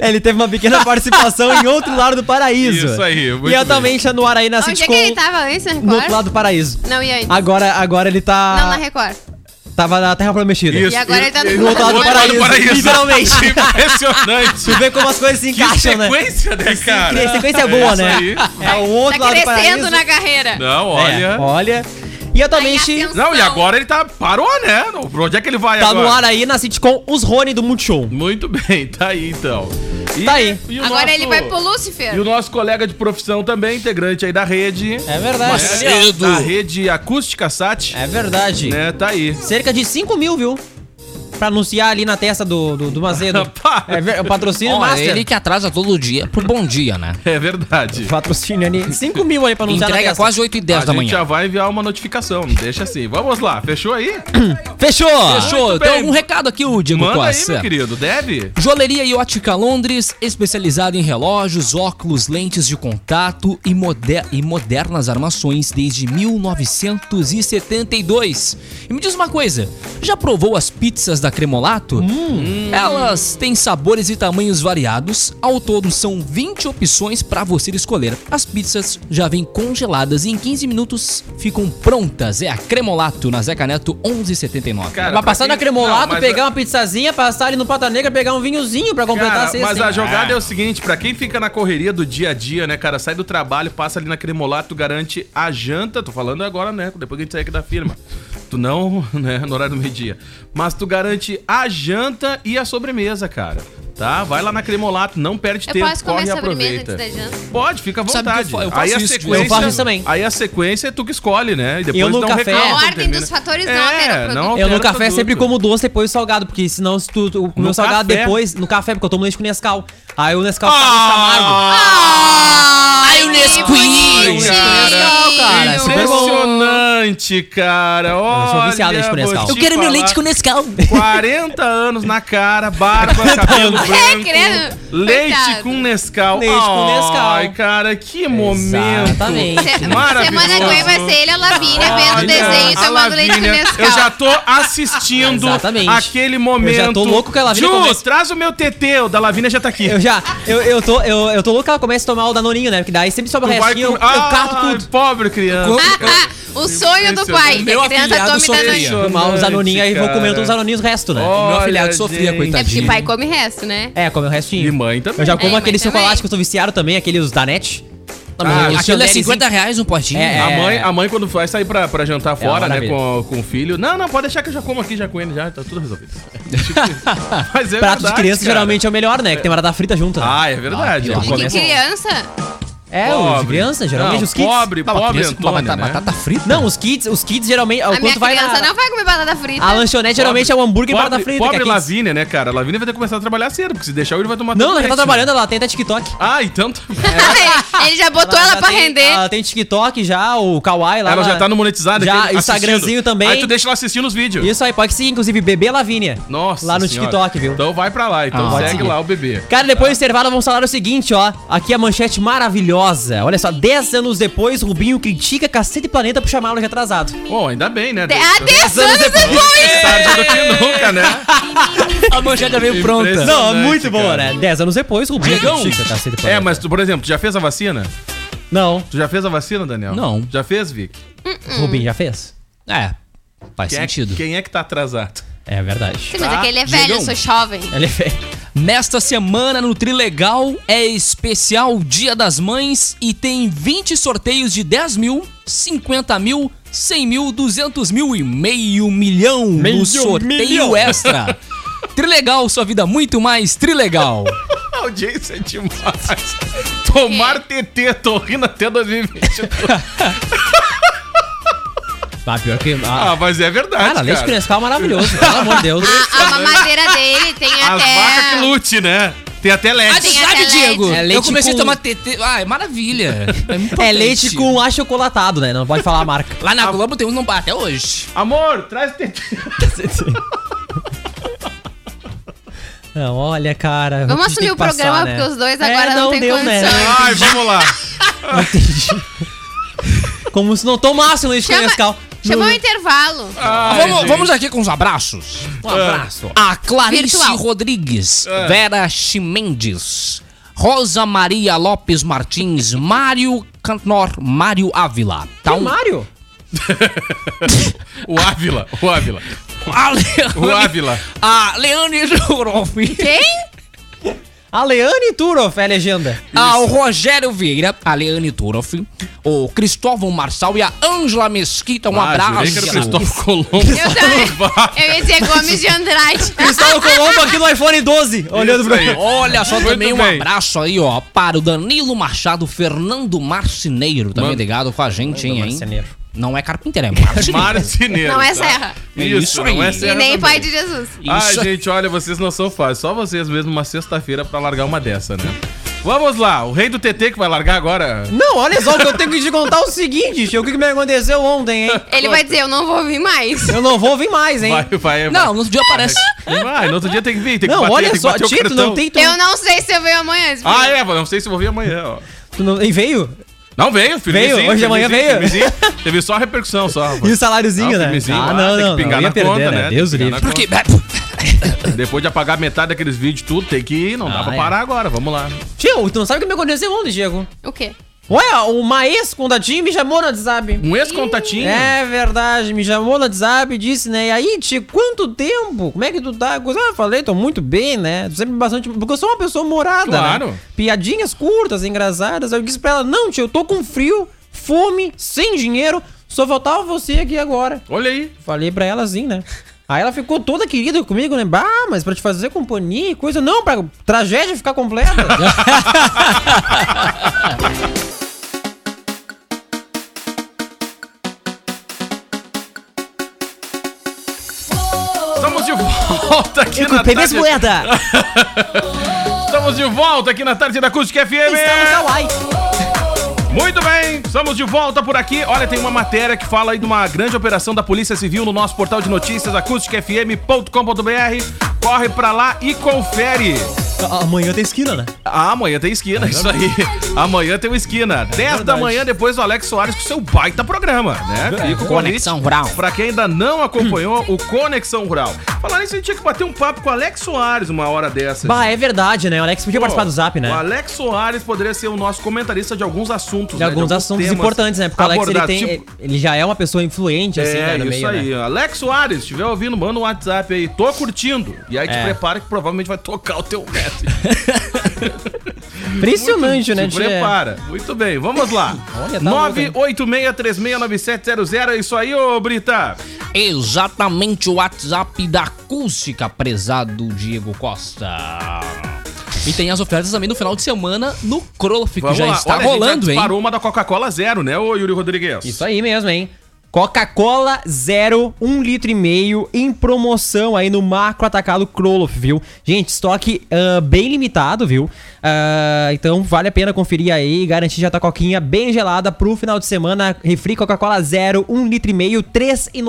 I: Ele teve uma pequena participação em Outro Lado do Paraíso.
E: Isso aí, muito
I: E atualmente tá no ar aí na
H: Onde é
I: sitcom
H: que ele tava antes na
I: No Outro Lado
H: Record?
I: do Paraíso.
H: Não, e antes?
I: Agora, agora ele tá.
H: Não, na Record.
I: Tava na Terra Prometida.
H: E agora ele tá no
I: No outro lado do
E: Outro lado
I: paraíso.
E: do paraíso.
I: Literalmente.
E: Impressionante.
I: Tu vê como as coisas se
E: Que
I: encaixam, né?
E: sequência, né, cara?
I: A sequência é boa,
E: isso
I: né?
E: aí.
I: É o outro
H: tá
I: lado do
H: crescendo
I: paraíso.
H: na carreira.
E: Não,
I: É,
E: Então, olha.
I: olha. E atualmente
H: Aí a
E: Não, e agora ele tá. Parou, né? Não, Pra onde é que ele vai
I: tá
E: agora?
I: no ar aí na sitcom Os Rony do Multishow.
E: Muito bem, tá aí então. E-
I: Tá aí.
E: e o
H: Agora
E: nosso-
H: ele vai pro
E: E
H: Lúcifer.
E: o nosso colega de profissão também, integrante aí da rede.
I: É verdade.
F: Macedo.
E: Da rede Acústica Sat.
I: É verdade.
E: Né, tá aí.
I: Cerca de 5 mil, viu? Pra anunciar ali na testa do, do, do Mazedo.
E: Rapaz.
I: é ver- o patrocínio
F: Ó,
I: master.
F: ele que atrasa todo dia, por bom dia, né?
E: É verdade.
I: Patrocínio ali. 5 mil aí pra anunciar na
F: Entrega
I: testa.
F: quase 8 e
E: A
F: 10 da
E: gente já
F: manhã.
E: vai enviar uma notificação, deixa assim. Vamos lá, fechou aí?
I: um- Fechou!
F: Fechou,
E: Muito
F: tem
E: bem.
F: algum recado aqui, o Diego
E: Manda aí,
F: Costa.
E: meu querido, deve?
F: Joalheria e ótica Londres, especializada em relógios, óculos, lentes de contato e, moder- e modernas armações desde 1972. E me diz uma coisa, já provou as pizzas da Cremolato? Elas têm sabores e tamanhos variados, ao todo são 20 opções para você escolher. As pizzas já vêm congeladas e em 15 minutos ficam prontas. É a Cremolato, na Zeca Neto 1179.
E: Cara,
I: Vai passar
E: pra
I: na
E: quem- Não,
I: Cremolato,
E: mas
I: pegar
E: a-
I: uma pizzazinha, passar ali no Pata Negra, pegar um vinhozinho pra completar
E: Cara,
I: a cesta.
E: mas
I: hein?
E: a jogada é. o seguinte, pra quem fica na correria do dia a dia, né, cara, sai do trabalho, passa ali na Cremolato, garante a janta, tô falando agora, né, depois que a gente sair aqui da firma. Tu não, né, no horário do meio-dia. Mas tu garante a janta e a sobremesa, cara. Tá? Vai lá na Cremolato, não perde
H: Eu
E: tempo,
H: posso
E: corre
H: comer
E: e
H: sobremesa
E: aproveita.
H: antes da janta?
E: Pode, fica à
F: Sabe que eu
E: vontade.
F: fa- eu faço
E: aí a
F: isso,
E: sequência,
I: eu faço isso também.
E: Aí a sequência é tu que escolhe, né? E depois
I: Eu no
E: dá um
I: café-
E: recalque,
H: A ordem
E: entendeu?
H: dos fatores não altera o
E: é,
H: produto.
E: não altera
I: Eu no café
E: produto.
I: sempre como doce depois o salgado, porque senão se tu, tu comer
E: No
I: o salgado
E: café?
I: depois, no café, porque eu tomo leite com Nescau. Aí o
E: Ah,
I: Nescau fica muito amargo.
H: Ah,
F: Ai, o Nesquik!
E: Cara,
I: cara, é super bom.
E: Impressionante, cara. Olha,
I: sou viciado em leite com
E: vou
I: Nescau.
E: te
F: Eu quero meu
E: falar.
F: leite com Nescau.
E: 40 anos na cara, barba, cabelo branco.
H: querendo?
E: Leite
H: né? Coitado.
E: com Nescau.
I: Leite com Nescau.
E: Ai, cara, que momento.
I: Exatamente.
H: Se-
E: Maravilhoso.
H: Semana que vem vai ser ele e a Lavínia vendo
E: Olha,
H: o desenho e
E: a
H: tomando leite com
E: Lavínia,
H: Nescau.
E: Eu já tô assistindo
I: Exatamente.
E: aquele momento.
I: Eu já tô louco que a Lavínia
E: Ju,
I: comece.
E: traz o meu TT, o da Lavínia já tá aqui.
I: Eu já, eu, eu tô, eu, eu tô louco que ela comece a tomar o danoninho, né? Porque daí sempre sobra o
E: Tu vai
I: restinho, eu,
E: com- Ah!
I: eu cato
E: Ai,
I: tudo.
E: Pobre criança.
H: o sonho do pai, que
F: Meu
H: a criança
F: afilhado
H: tome
F: sofria.
H: danoninho.
I: Tomar os danoninhos aí vou
E: cara.
I: comendo os danoninhos o resto, né?
E: Olha,
F: Meu afilhado sofria,
E: gente.
H: É
F: coitadinho.
H: porque pai come resto, né?
I: É, come o restinho.
E: E mãe também.
I: Eu já como
H: É,
I: aquele
H: mas também.
I: chocolate que eu tô viciado também, aqueles da NET.
F: Ah, mas
E: Ah,
F: o estilo é
E: colherzinha.
F: 50 reais um potinho.
I: É,
E: a, mãe, a mãe, quando vai sair pra, pra jantar
F: uma
E: fora, né,
F: maravilha.
E: com, com o filho, não, não, pode deixar que eu já como aqui, já com ele, já, tá tudo resolvido. Mas é
I: Prato de
E: verdade,
I: criança
E: cara.
I: geralmente é o melhor, né? Que tem batata frita junto. né?
E: Ah, é verdade.
I: Ah,
E: né?
I: que
H: E
I: Começa-
H: criança?
I: É, os
E: Pobre.
I: crianças, geralmente
E: Não,
I: os kids.
E: pobre,
I: Não, mas
E: pobre
I: criança com uma
E: Antônio,
I: batata-
E: né?
I: batata frita? Não, os kids, os kids geralmente.
H: A minha
I: quando vai
H: criança
I: na,
H: não vai comer batata frita.
I: A lanchonete geralmente é o hambúrguer e
E: pobre,
I: batata frita. que é
E: Pobre
I: kids.
E: Lavínia, né, cara? A Lavínia vai ter que começar a trabalhar cedo, porque se deixar ele vai tomar
I: Não, ela já
E: tablete,
I: tá
E: né?
I: trabalhando, ela tem até TikTok.
E: Ah, então... tá-
H: Ele- Ele já botou ela
I: já
H: pra
I: tem-
H: render.
I: Ela tem TikTok já, o Kawaii lá.
E: Ela já tá no monetizado.
I: Já,
E: aquele
I: Instagramzinho
E: assistindo.
I: também.
E: Aí tu deixa ela assistindo os vídeos.
I: Isso aí, pode seguir, inclusive, Bebê Lavínia.
E: Nossa
I: Lá no
E: senhora.
I: TikTok, viu? Ah,
E: Então vai pra lá, então
I: pode
E: segue
I: seguir.
E: lá o bebê.
I: Cara, depois do intervalo vamos falar o seguinte, ó. Aqui a manchete maravilhosa. Olha só, 10 anos depois, Rubinho critica Cacete Planeta por chamá-lo de atrasado.
E: Bom, ainda bem, né?
H: De-
I: Ah,
H: Há 10
I: anos
H: anos depois!
E: Tarde do que nunca, né?
F: A manchete já veio
E: Impressionante,
F: pronta.
I: É Não, muito boa,
E: cara.
I: né? 10 anos depois, Rubinho
F: Diegão.
I: critica Cacete
E: É,
I: Planeta.
E: mas tu, por exemplo, tu já fez a vacina?
I: Não,
E: Tu já fez a vacina, Daniel?
F: Não.
E: Já fez, Vic? Hum.
I: Rubinho já fez.
F: É, faz
E: Quem é,
F: sentido.
E: quem é que tá atrasado?
I: É verdade.
H: Sim, mas aquele
E: Tá.
H: é
F: Diegão.
H: velho, eu sou jovem.
I: Ele fez.
F: Nesta semana no Trilegal é especial Dia das Mães e tem 20 sorteios de 10 mil, 50 mil, 100 mil, 200 mil e meio milhão
I: Meio
F: no sorteio
I: milhão.
F: extra. Trilegal, sua vida muito mais Trilegal.
E: A audiência é demais. Tomar TT, tô rindo até 2022.
I: Ah, pior que. Ah,
E: Ah, mas é verdade,
I: cara,
E: cara.
I: leite com Nescau é maravilhoso, pelo amor de Deus.
H: A, a mamadeira dele tem
E: As
F: É.
E: vacas que
H: até.
E: lute, né? Tem até LED.
F: Ah,
H: tem
F: sabe,
H: até
F: Diego?
I: leite. É
F: eu
I: leite
F: comecei
I: com-
F: a tomar TT. Ah, é maravilha. É, muito
I: É
F: importante.
I: leite com achocolatado, né? Não pode falar a marca.
F: Lá na Globo tem uns não até hoje.
E: Amor, traz TT.
I: Não, olha, cara.
H: Vamos
I: a gente
H: assumir
I: tem que
H: o programa,
I: né?
H: porque os dois agora não tem condições.
E: Ai, vamos lá.
I: Como se não tomasse um leite com
H: Chama-
I: Nescau. Hum.
H: Chamou
I: Não-
H: o intervalo.
E: Ai,
F: vamos,
E: gente.
F: vamos aqui com os abraços.
I: Um abraço.
F: A Clarice
H: Virtual.
F: Rodrigues,
E: É.
F: Vera Chimendes, Rosa Maria Lopes Martins, Mário Cantor, Mário Ávila. Tá um...
I: É Mário?
E: O Ávila, o Ávila.
F: A Leane-
E: O Ávila.
F: A Leane Jorof.
H: Quem?
I: A Leane Turoff é a legenda.
F: Ao Rogério Vieira, a Leane Turoff, o Cristóvão Marçal e a Ângela Mesquita. Um
E: Ah, jurei
F: abraço.
E: que era o Cristóvão Colombo.
H: Eu também. Eu ia dizer Gomes de Andrade.
I: Cristal Colombo aqui no iPhone 12, olhando pra
E: aí.
I: mim.
F: Olha só
E: Muito
F: também um
E: bem.
F: abraço aí, ó, para o Danilo Machado, Fernando Marceneiro, também
E: Mano.
F: ligado com a gente, hein?
I: Marceneiro.
F: Não é carpinteiro, é marceneiro.
E: Marceneiro.
H: Não
E: tá?
H: é serra.
E: Isso,
F: Isso
E: não
F: aí.
E: é
F: E
H: E
E: serra.
H: nem
E: também.
H: Pai de Jesus.
E: Ai,
F: Isso aí.
E: gente, olha, vocês não são fáceis. Só vocês mesmo, uma sexta-feira pra largar uma dessa, né? Vamos lá, o rei do TT que vai largar agora.
I: Não, olha só, o que eu tenho que te contar é o seguinte, tio, o que que me aconteceu ontem, hein?
H: Ele vai dizer, eu não vou vir mais.
I: Eu não vou vir mais, hein?
E: Vai, vai,
F: Não, no outro dia aparece.
E: vai. Vai, no outro dia tem que vir, tem que
I: não,
E: bater,
I: olha
E: tem que
I: só,
E: bater o
I: Tito,
E: cartão.
I: não tem... Tu,
H: Eu não sei se eu venho amanhã. esse
E: Então. Ah,
H: filho.
E: é, mas não sei se eu vou vir amanhã, ó.
I: tu não... E veio?
E: Não veio, firmezinho.
I: Veio, hoje de manhã
E: firmezinho,
I: veio.
E: firmezinho. Teve só a repercussão, só. rapaz.
I: E o saláriozinho,
E: Ah,
I: né?
E: firmezinho
I: Ah,
E: lá,
I: não,
E: tem que
I: não,
E: pingar
I: não ia
E: na
I: perder,
E: conta,
I: né?
E: né?
I: Deus
E: Tem que
I: livre.
E: pingar
F: Porque.
E: Depois de apagar metade daqueles vídeos, tudo, tem que ir, não dá
I: Ah,
E: pra
I: é.
E: parar agora, vamos lá.
I: Tio, tu não sabe o que me aconteceu ontem, Diego?
E: é.
H: O quê?
I: Olha, uma ex com me chamou no WhatsApp.
E: Um ex-contatinho.
I: É verdade, me chamou no WhatsApp e disse, né? E aí, tio, quanto tempo? Como é que tu tá? Eu, Ah, falei, tô muito bem, né? Tô sempre bastante. Porque eu sou uma pessoa morada,
E: Claro.
I: né? Piadinhas curtas, engraçadas. Eu disse pra ela, não, tio, eu tô com frio, fome, sem dinheiro, só faltava você aqui agora.
E: Olha aí.
I: Falei pra ela assim, né? Aí ela ficou toda querida comigo, né? Bah, mas pra te fazer companhia e coisa. Não, pra tragédia ficar completa.
E: Estamos de volta aqui na tarde.
I: moeda!
E: Estamos de volta aqui na tarde da Acústica FM.
I: Hawaii.
E: Muito bem, estamos de volta por aqui. Olha, tem uma matéria que fala aí de uma grande operação da Polícia Civil no nosso portal de notícias acusticfm.com.br. Corre pra lá e confere.
I: Amanhã tem esquina, né?
E: Ah, amanhã tem
F: É
E: esquina, isso aí. Amanhã tem uma esquina. 10 da manhã depois do Alex Soares com seu baita programa, né? Fica o convite
F: É Conexão Rural.
E: Pra quem ainda não acompanhou o Conexão Rural. Falar isso, a gente tinha que bater um papo com o Alex Soares uma hora dessa.
I: Bah, é verdade, né? O Alex podia
E: Pô,
I: participar do Zap, né?
E: O Alex Soares poderia ser o nosso comentarista de alguns assuntos,
I: de alguns assuntos
E: temas
I: importantes, né? Porque o Alex, ele,
E: abordados,
I: tem,
E: tipo-
I: ele já é uma pessoa influente, assim,
E: é,
I: né? No
E: isso
I: meio,
E: aí.
I: né?
E: Alex Soares, se estiver ouvindo, manda um WhatsApp aí. Tô curtindo. E aí te
I: É.
E: prepara que provavelmente vai tocar o teu rap. Sete.
I: Impressionante, né,
E: Se
I: tia?
E: prepara. Muito bem, vamos lá.
I: Olha, tá louco, hein?
E: 986369700. É isso aí, ô Brita.
J: Exatamente o WhatsApp da acústica, prezado Diego Costa.
F: E tem as ofertas também no final de semana no Crolof, que
E: Vamos
F: já
E: lá.
F: está
E: Olha,
F: rolando,
E: a gente
F: hein?
E: já disparou uma da Coca-Cola zero, né, ô Yuri Rodrigues?
I: Isso aí mesmo, hein? Coca-Cola zero, um litro e meio, em promoção aí no macro atacado Kroloff, viu? Gente, estoque ah, bem limitado, viu? Ah, então vale a pena conferir aí e garantir já tá coquinha bem gelada pro final de semana. Refri Coca-Cola zero, um litro e meio,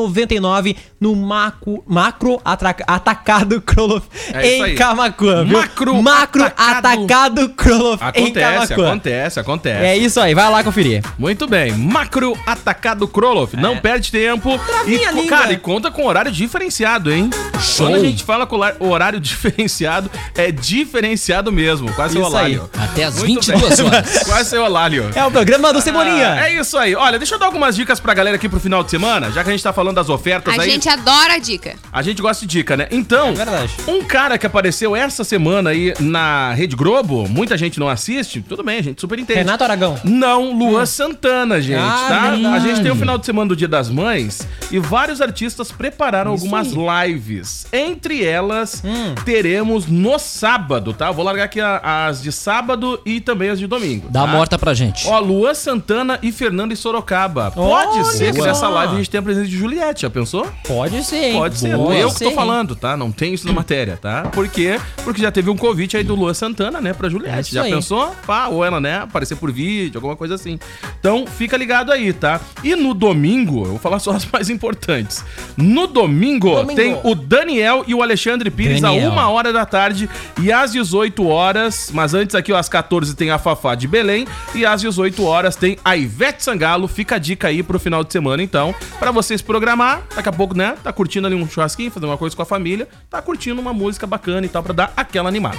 I: R$3,99 no macro, macro atraca- atacado Kroloff
E: É isso
I: em
E: aí.
I: Camacuã, viu?
E: Macro
I: macro
E: atacado-
I: atacado, Kroloff em
E: Acontece,
I: Camacuã.
E: acontece, acontece.
I: É isso aí, vai lá conferir.
E: Muito bem, macro atacado Kroloff,
I: É.
E: não perde tempo.
I: Travei
E: E,
I: a
E: co-
I: língua.
E: cara, e conta com horário diferenciado, hein?
F: Show.
E: Quando a gente fala com hola- horário diferenciado, é diferenciado mesmo, quase é o
I: Isso aí.
E: horário.
F: Até às
E: Muito
F: 22
E: bem.
F: horas.
E: Quase o horário.
I: É o programa do Cebolinha.
E: É isso aí. Olha, deixa eu dar algumas dicas pra galera aqui pro final de semana, já que a gente tá falando das ofertas
H: A
E: aí.
H: gente adora a dica.
E: A gente gosta de dica, né? Então,
I: É verdade.
E: um cara que apareceu essa semana aí na Rede Globo, muita gente não assiste, tudo bem, a gente super entende.
I: Renato Aragão.
E: Não, Luan Santana, gente,
I: Hum. Ah,
E: tá? A
I: verdade.
E: gente tem o final de semana do Dia das Mães e vários artistas prepararam algumas lives. Entre elas,
I: Hum.
E: teremos no sábado, tá? Eu vou largar aqui a- as de sábado e também as de domingo.
F: Dá a
E: tá?
F: morta pra gente.
E: Ó, Luan Santana e Fernando Sorocaba. Pode
I: Olha
E: ser que
I: só.
E: nessa live a gente tenha a presença de Juliette, já pensou?
I: Pode ser, hein?
E: Pode ser.
I: Boa,
E: eu que
I: sim,
E: tô
I: hein?
E: falando, tá? Não tem isso na matéria, tá? Por quê? Porque já teve um convite aí do Luan Santana, né, pra
I: É
E: Juliette.
I: isso
E: já
I: aí.
E: pensou? Pá, ou ela, né, aparecer por vídeo, alguma coisa assim. Então, fica ligado aí, tá? E no domingo, eu vou falar só as mais importantes. No domingo,
I: Domingo.
E: tem o Daniel e o Alexandre Pires
I: Daniel.
E: a uma hora da tarde e às 18 horas. Mas antes aqui, ó, às 14 tem a Fafá de Belém e às 18 horas tem a Ivete Sangalo. Fica a dica aí pro final de semana, então, pra vocês programar. Daqui a pouco, né? Tá curtindo ali um churrasquinho, fazendo uma coisa com a família, tá curtindo uma música bacana e tal pra dar aquela animada.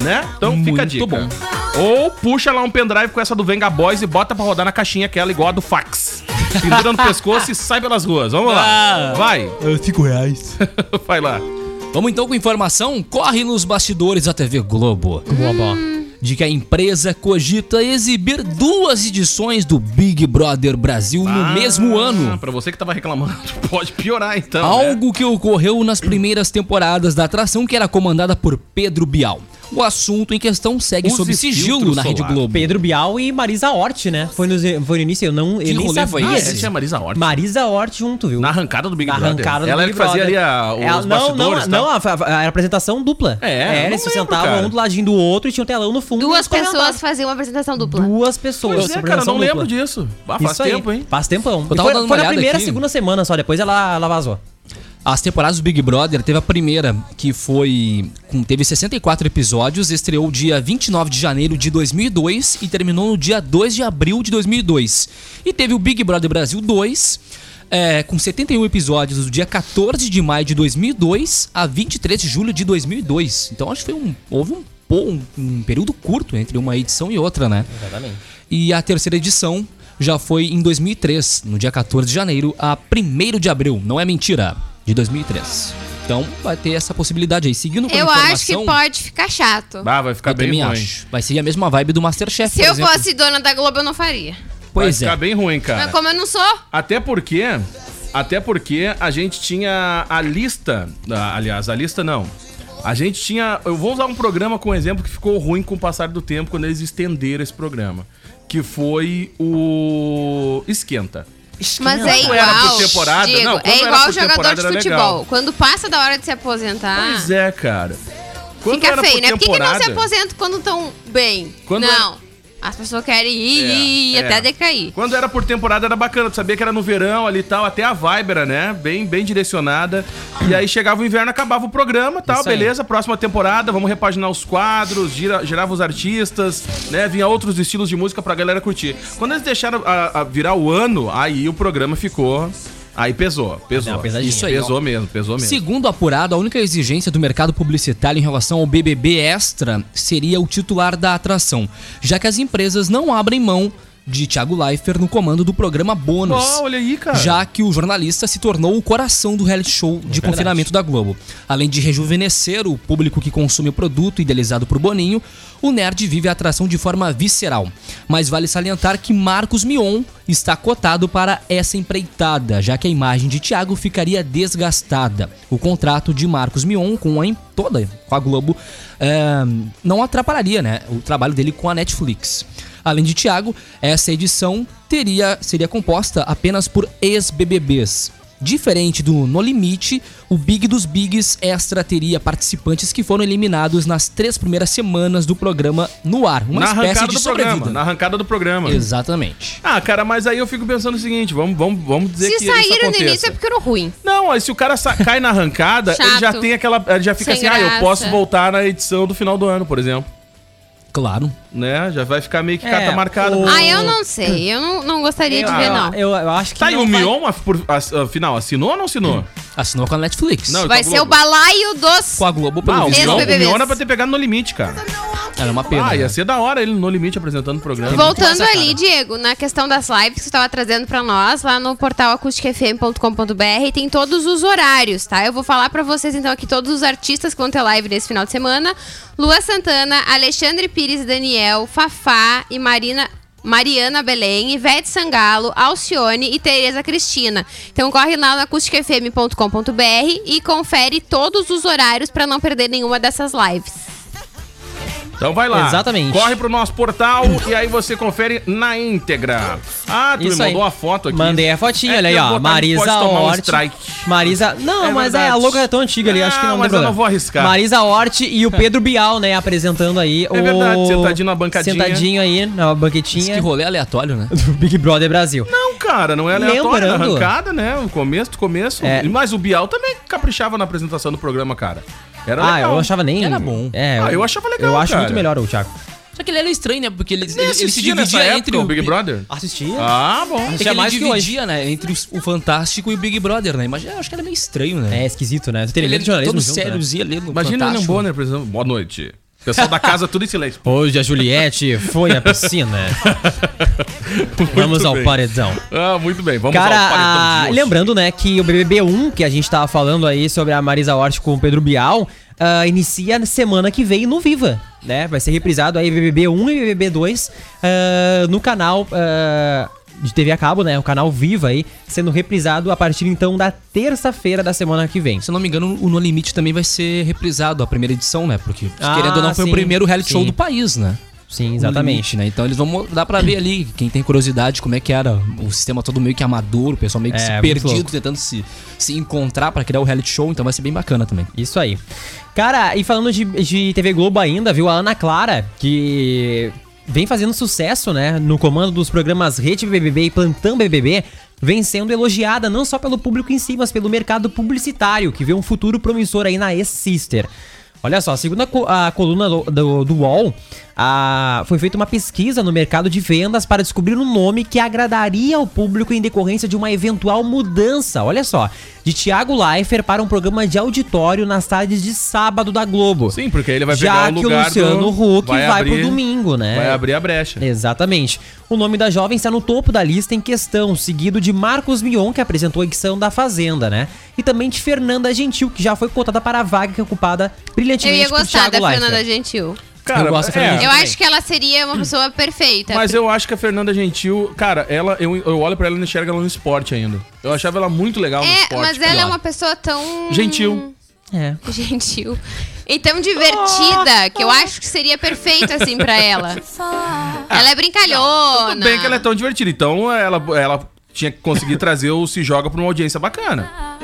E: Né? Então fica a
F: Muito
E: dica.
F: bom.
E: Ou puxa lá um pendrive com essa do Venga Boys e bota pra rodar na caixinha aquela igual a do fax. Pendura no pescoço e sai pelas ruas. Vamos
F: Ah.
E: lá. Vai. Vai lá.
F: Vamos então com informação. Corre nos bastidores da TV Globo. Hum. De que a empresa cogita exibir duas edições do Big Brother Brasil
E: Ah.
F: no mesmo ano.
E: Pra você que tava reclamando, pode piorar então. né?
F: Algo que ocorreu nas primeiras temporadas da atração que era comandada por Pedro Bial. O assunto em questão segue
E: Use
F: sob sigilo
E: filtro
F: na Rede
E: solar.
F: Globo.
I: Pedro Bial e Marisa Hort, né? Foi no, foi no início, eu não.
F: Que
I: Eu nem
F: rolê
I: sabia.
F: foi
E: Ah,
F: esse?
E: essa é a Marisa Hort.
I: Marisa Hort junto, viu?
E: Na arrancada do Big
I: Na
E: Brother.
I: arrancada do
E: Ela é que
I: Big
E: fazia ali
I: Brother.
E: a, os
I: Ela- não, não,
E: bastidores e
I: não,
E: tal.
I: a, a- a apresentação dupla.
E: É, eu não
I: eles se
E: lembro,
I: sentavam
E: cara.
I: um do ladinho do outro e tinham um telão no fundo. e
H: Duas
I: eles comentavam.
H: pessoas faziam uma apresentação dupla.
I: Duas pessoas.
E: Pois é, cara, não
I: apresentação
E: lembro
I: dupla.
E: disso. Ah, faz
I: Isso aí,
E: tempo, hein?
I: Faz tempão. E
F: tava dando
I: Foi, foi
F: uma
I: na
F: olhada
I: primeira,
F: aqui.
I: segunda semana só, depois ela, ela vazou.
F: As temporadas do Big Brother teve a primeira, que foi. com- teve 64 episódios, estreou dia 29 de janeiro de 2002 e terminou no dia 2 de abril de 2002. E teve o Big Brother Brasil 2, é, com 71 episódios, do dia 14 de maio de 2002 a 23 de julho de 2002. Então acho que foi um, houve um, pou- um, um período curto entre uma edição e outra, né?
I: Exatamente.
F: E a terceira edição já foi em 2003, no dia 14 de janeiro a 1 de abril. Não é mentira, de 2003. Então vai ter essa possibilidade aí. Seguindo com a
H: Eu
F: informação,
H: acho que pode ficar chato.
E: Ah, vai ficar
F: eu
E: bem
F: também
E: ruim.
F: acho. Vai ser a mesma vibe do Masterchef,
H: Se
F: por
H: eu
F: exemplo.
H: fosse dona da Globo, eu não faria.
F: Pois
E: vai
F: é.
E: ficar bem ruim,
H: Mas
E: cara.
H: como eu não sou,
E: Até porque. Até porque a gente tinha a lista. ah, Aliás, a lista não. A gente tinha. Eu vou usar um programa como exemplo que ficou ruim com o passar do tempo quando eles estenderam esse programa. Que foi o. Esquenta.
H: mas é
E: Quando era por
H: igual.
E: temporada-
H: Diego,
E: não, quando
H: é
E: era
H: igual
E: por
H: o jogador de
E: temporada era legal.
H: futebol. Quando passa da hora de se aposentar,
E: Pois é, cara. Quando
H: fica
E: era por
H: feio, né? Por que, que não se
E: temporada-
H: aposenta quando estão bem?
E: Quando
H: não. As pessoas querem ir
E: É,
H: ir, ir,
E: é.
H: até decair.
E: Quando era por temporada era bacana, tu sabia que era no verão ali e tal, até a vibe era, né? Bem, bem direcionada. E aí chegava o inverno, acabava o programa tal,
I: Isso aí.
E: beleza, próxima temporada, vamos repaginar os quadros, gira, girava os artistas, né? Vinha outros estilos de música pra galera curtir. Quando eles deixaram a- a virar o ano, aí o programa ficou. Aí pesou, pesou.
I: Não, pesadinha.
F: Isso aí,
E: pesou mesmo, pesou mesmo.
F: Segundo apurado, a única exigência do mercado publicitário em relação ao BBB Extra seria o titular da atração, já que as empresas não abrem mão de Thiago Leifert no comando do programa Bônus.
E: Ó, olha aí, cara. É
F: Já que o jornalista se tornou o coração do reality show de confinamento da Globo. Além de rejuvenescer o público que consome o produto idealizado por Boninho, o nerd vive a atração de forma visceral. Mas vale salientar que Marcos Mion está cotado para essa empreitada, já que a imagem de Thiago ficaria desgastada. O contrato de Marcos Mion com a em- toda com a Globo eh, não atrapalharia, né, o trabalho dele com a Netflix. Além de Thiago, essa edição teria seria composta apenas por ex-BBBs. Diferente do No Limite, o Big dos Bigs Extra teria participantes que foram eliminados nas três primeiras semanas do programa no ar. Uma
E: na
F: espécie
E: arrancada
F: de
E: do programa. Na
F: sobrevida.
E: arrancada do programa.
F: Exatamente.
E: Ah, cara, mas aí eu fico pensando o seguinte, vamos, vamos, vamos dizer
H: Se
E: que isso
H: saíram no
E: aconteça.
H: início é porque eram ruim.
E: Não, aí se o cara sa- cai na arrancada, ele já
H: Chato.
E: tem aquela. Ele já fica assim,
H: Sem
E: ah, eu
H: graça.
E: posso voltar na edição do final do ano, por exemplo.
F: Claro.
E: Né? Já vai ficar meio que
I: É,
E: cata marcada.
I: o-
H: Ah, eu não sei. Eu não, não gostaria de
E: Ah,
H: ver, não.
I: Eu, eu acho que.
E: Tá, e
I: não
E: o
I: vai-
E: Mion, af- por- as- afinal, assinou ou não
I: Hum.
E: assinou?
F: Assinou com a Netflix.
E: Não,
H: Vai
E: com a
H: ser o
E: Globo.
H: balaio dos.
F: Com a Globo,
E: Ah,
F: pelo
E: o
F: visto.
E: Mion, o
H: Ex-BBBs.
E: Mion era pra ter pegado no limite, cara.
I: é
F: Era uma pena.
E: Ah,
F: né?
E: ia ser da hora ele no limite apresentando o programa.
H: Voltando
F: essa, cara.
H: ali, Diego, na questão das lives que você estava trazendo para nós, lá no portal acusticfm.com.br, tem todos os horários, tá? Eu vou falar para vocês então aqui todos os artistas que vão ter live nesse final de semana: Lua Santana, Alexandre Pires e Daniel, Fafá e Marina. Mariana Belém, Ivete Sangalo, Alcione e Tereza Cristina. Então corre lá no acusticfm.com.br e confere todos os horários para não perder nenhuma dessas lives.
E: Então vai lá.
I: Exatamente.
E: Corre pro nosso portal e aí você confere na íntegra. Ah, tu
I: Isso
E: me mandou
I: aí.
E: a foto aqui.
I: Mandei a fotinha,
E: É
I: olha aí,
E: que eu
I: ó.
E: vou botar- pode
I: Marisa
E: tomar um
I: Hort.
E: strike.
I: Marisa. Não,
E: É
I: mas é,
E: verdade.
I: a logo é tão antiga ali,
E: Ah,
I: acho que não
E: mas eu
I: problema.
E: não vou arriscar. É.
I: Marisa Hort e o Pedro Bial, né, apresentando aí o.
E: verdade, sentadinho na bancadinha.
I: Sentadinho aí na
F: Diz que
I: banquetinha
F: rolê aleatório, né?
I: do Big Brother Brasil.
E: Não, cara, não é aleatório.
I: Lembrando.
E: Arrancada, né? O começo do começo.
I: É.
E: Mas o Bial também caprichava na apresentação do programa, cara. Era
I: ah,
E: legal.
I: eu achava nem.
F: Era bom.
I: É,
E: Ah, eu achava legal,
I: Eu acho
E: cara.
I: muito melhor o Thiago.
F: Só que ele era estranho, né? Porque ele, ele,
E: Nem
F: ele se
E: assistia
F: dividia
E: nessa
F: entre
E: época
F: o
E: o Big Brother.
I: Assistia?
E: Ah, bom.
F: É que
I: Tinha
F: ele
I: mais que
F: dividia, né? Entre os- o Fantástico e o Big Brother, né? Imagina, eu acho que era meio estranho, né?
I: É esquisito, né? Tu tem
F: Ele
I: medo
F: era
I: de jornalismo
F: todo
I: junto, né?
F: sériozinho ali no
E: Imagina o William
F: Fantástico.
E: Bonner, por exemplo. Boa noite. Pessoal da casa, tudo em silêncio.
I: Hoje a Juliette foi à piscina. Vamos
E: Muito
I: ao
E: bem.
I: paredão.
E: Ah, muito bem. Vamos
I: Cara,
E: ao paredão
I: a-
E: de hoje.
I: lembrando, né, que o BBB1, que a gente tava falando aí sobre a Marisa Hort com o Pedro Bial, ah, inicia na semana que vem no Viva, né? Vai ser reprisado aí BBB1 e BBB2 ah, no canal ah, de TV a cabo, né? O canal Viva aí, sendo reprisado a partir então da terça-feira da semana que vem.
F: Se eu não me engano, o No Limite também vai ser reprisado, a primeira edição, né? Porque,
I: Ah,
F: querendo ou não, foi
I: sim,
F: o primeiro reality
I: sim.
F: show do país, né?
I: Sim,
F: O
I: exatamente.
F: Limite, né? Então eles vão mo- dar pra ver ali, quem tem curiosidade, como é que era o sistema todo meio que amador, o pessoal meio que
I: É,
F: se
I: muito
F: perdido,
I: louco.
F: tentando se, se encontrar pra criar o reality show, então vai ser bem bacana também.
I: Isso aí. Cara, e falando de, de TV Globo ainda, viu? A Ana Clara, que vem fazendo sucesso, né? No comando dos programas Rede BBB e Plantão BBB, vem sendo elogiada não só pelo público em si, mas pelo mercado publicitário, que vê um futuro promissor aí na ex-sister. Olha só, segundo a, co- a coluna do, do, do UOL, a- foi feita uma pesquisa no mercado de vendas para descobrir um nome que agradaria ao público em decorrência de uma eventual mudança, olha só, de Tiago Leifert para um programa de auditório nas tardes de sábado da Globo.
E: Sim, porque aí ele vai
I: Já
E: pegar o
I: que o
E: lugar
I: Luciano
E: do...
I: Huck vai,
E: abrir-
I: pro domingo, né?
E: Vai abrir a brecha.
I: Exatamente. O nome da jovem está no topo da lista em questão, seguido de Marcos Mion, que apresentou a edição da Fazenda, né? E também de Fernanda Gentil, que já foi cotada para a vaga que é ocupada
H: Eu
I: brilhantemente
H: ia
I: por
H: gostar da
I: Thiago Leifert.
H: Fernanda Gentil.
E: Cara, é,
I: Eu gosto da Fernanda
H: Eu acho que é ela seria uma pessoa perfeita.
E: Mas eu acho que a Fernanda Gentil, cara, ela, eu, eu olho pra ela e não enxergo ela no esporte ainda. Eu achava ela muito legal no
H: é,
E: esporte.
H: mas ela é
E: cara.
H: uma pessoa tão.
E: Gentil.
I: É.
H: Gentil. E tão divertida que eu acho que seria perfeito assim pra ela. Ela é brincalhona.
E: Tudo bem que ela é tão divertida. Então ela, ela tinha que conseguir trazer o Se Joga pra uma audiência bacana.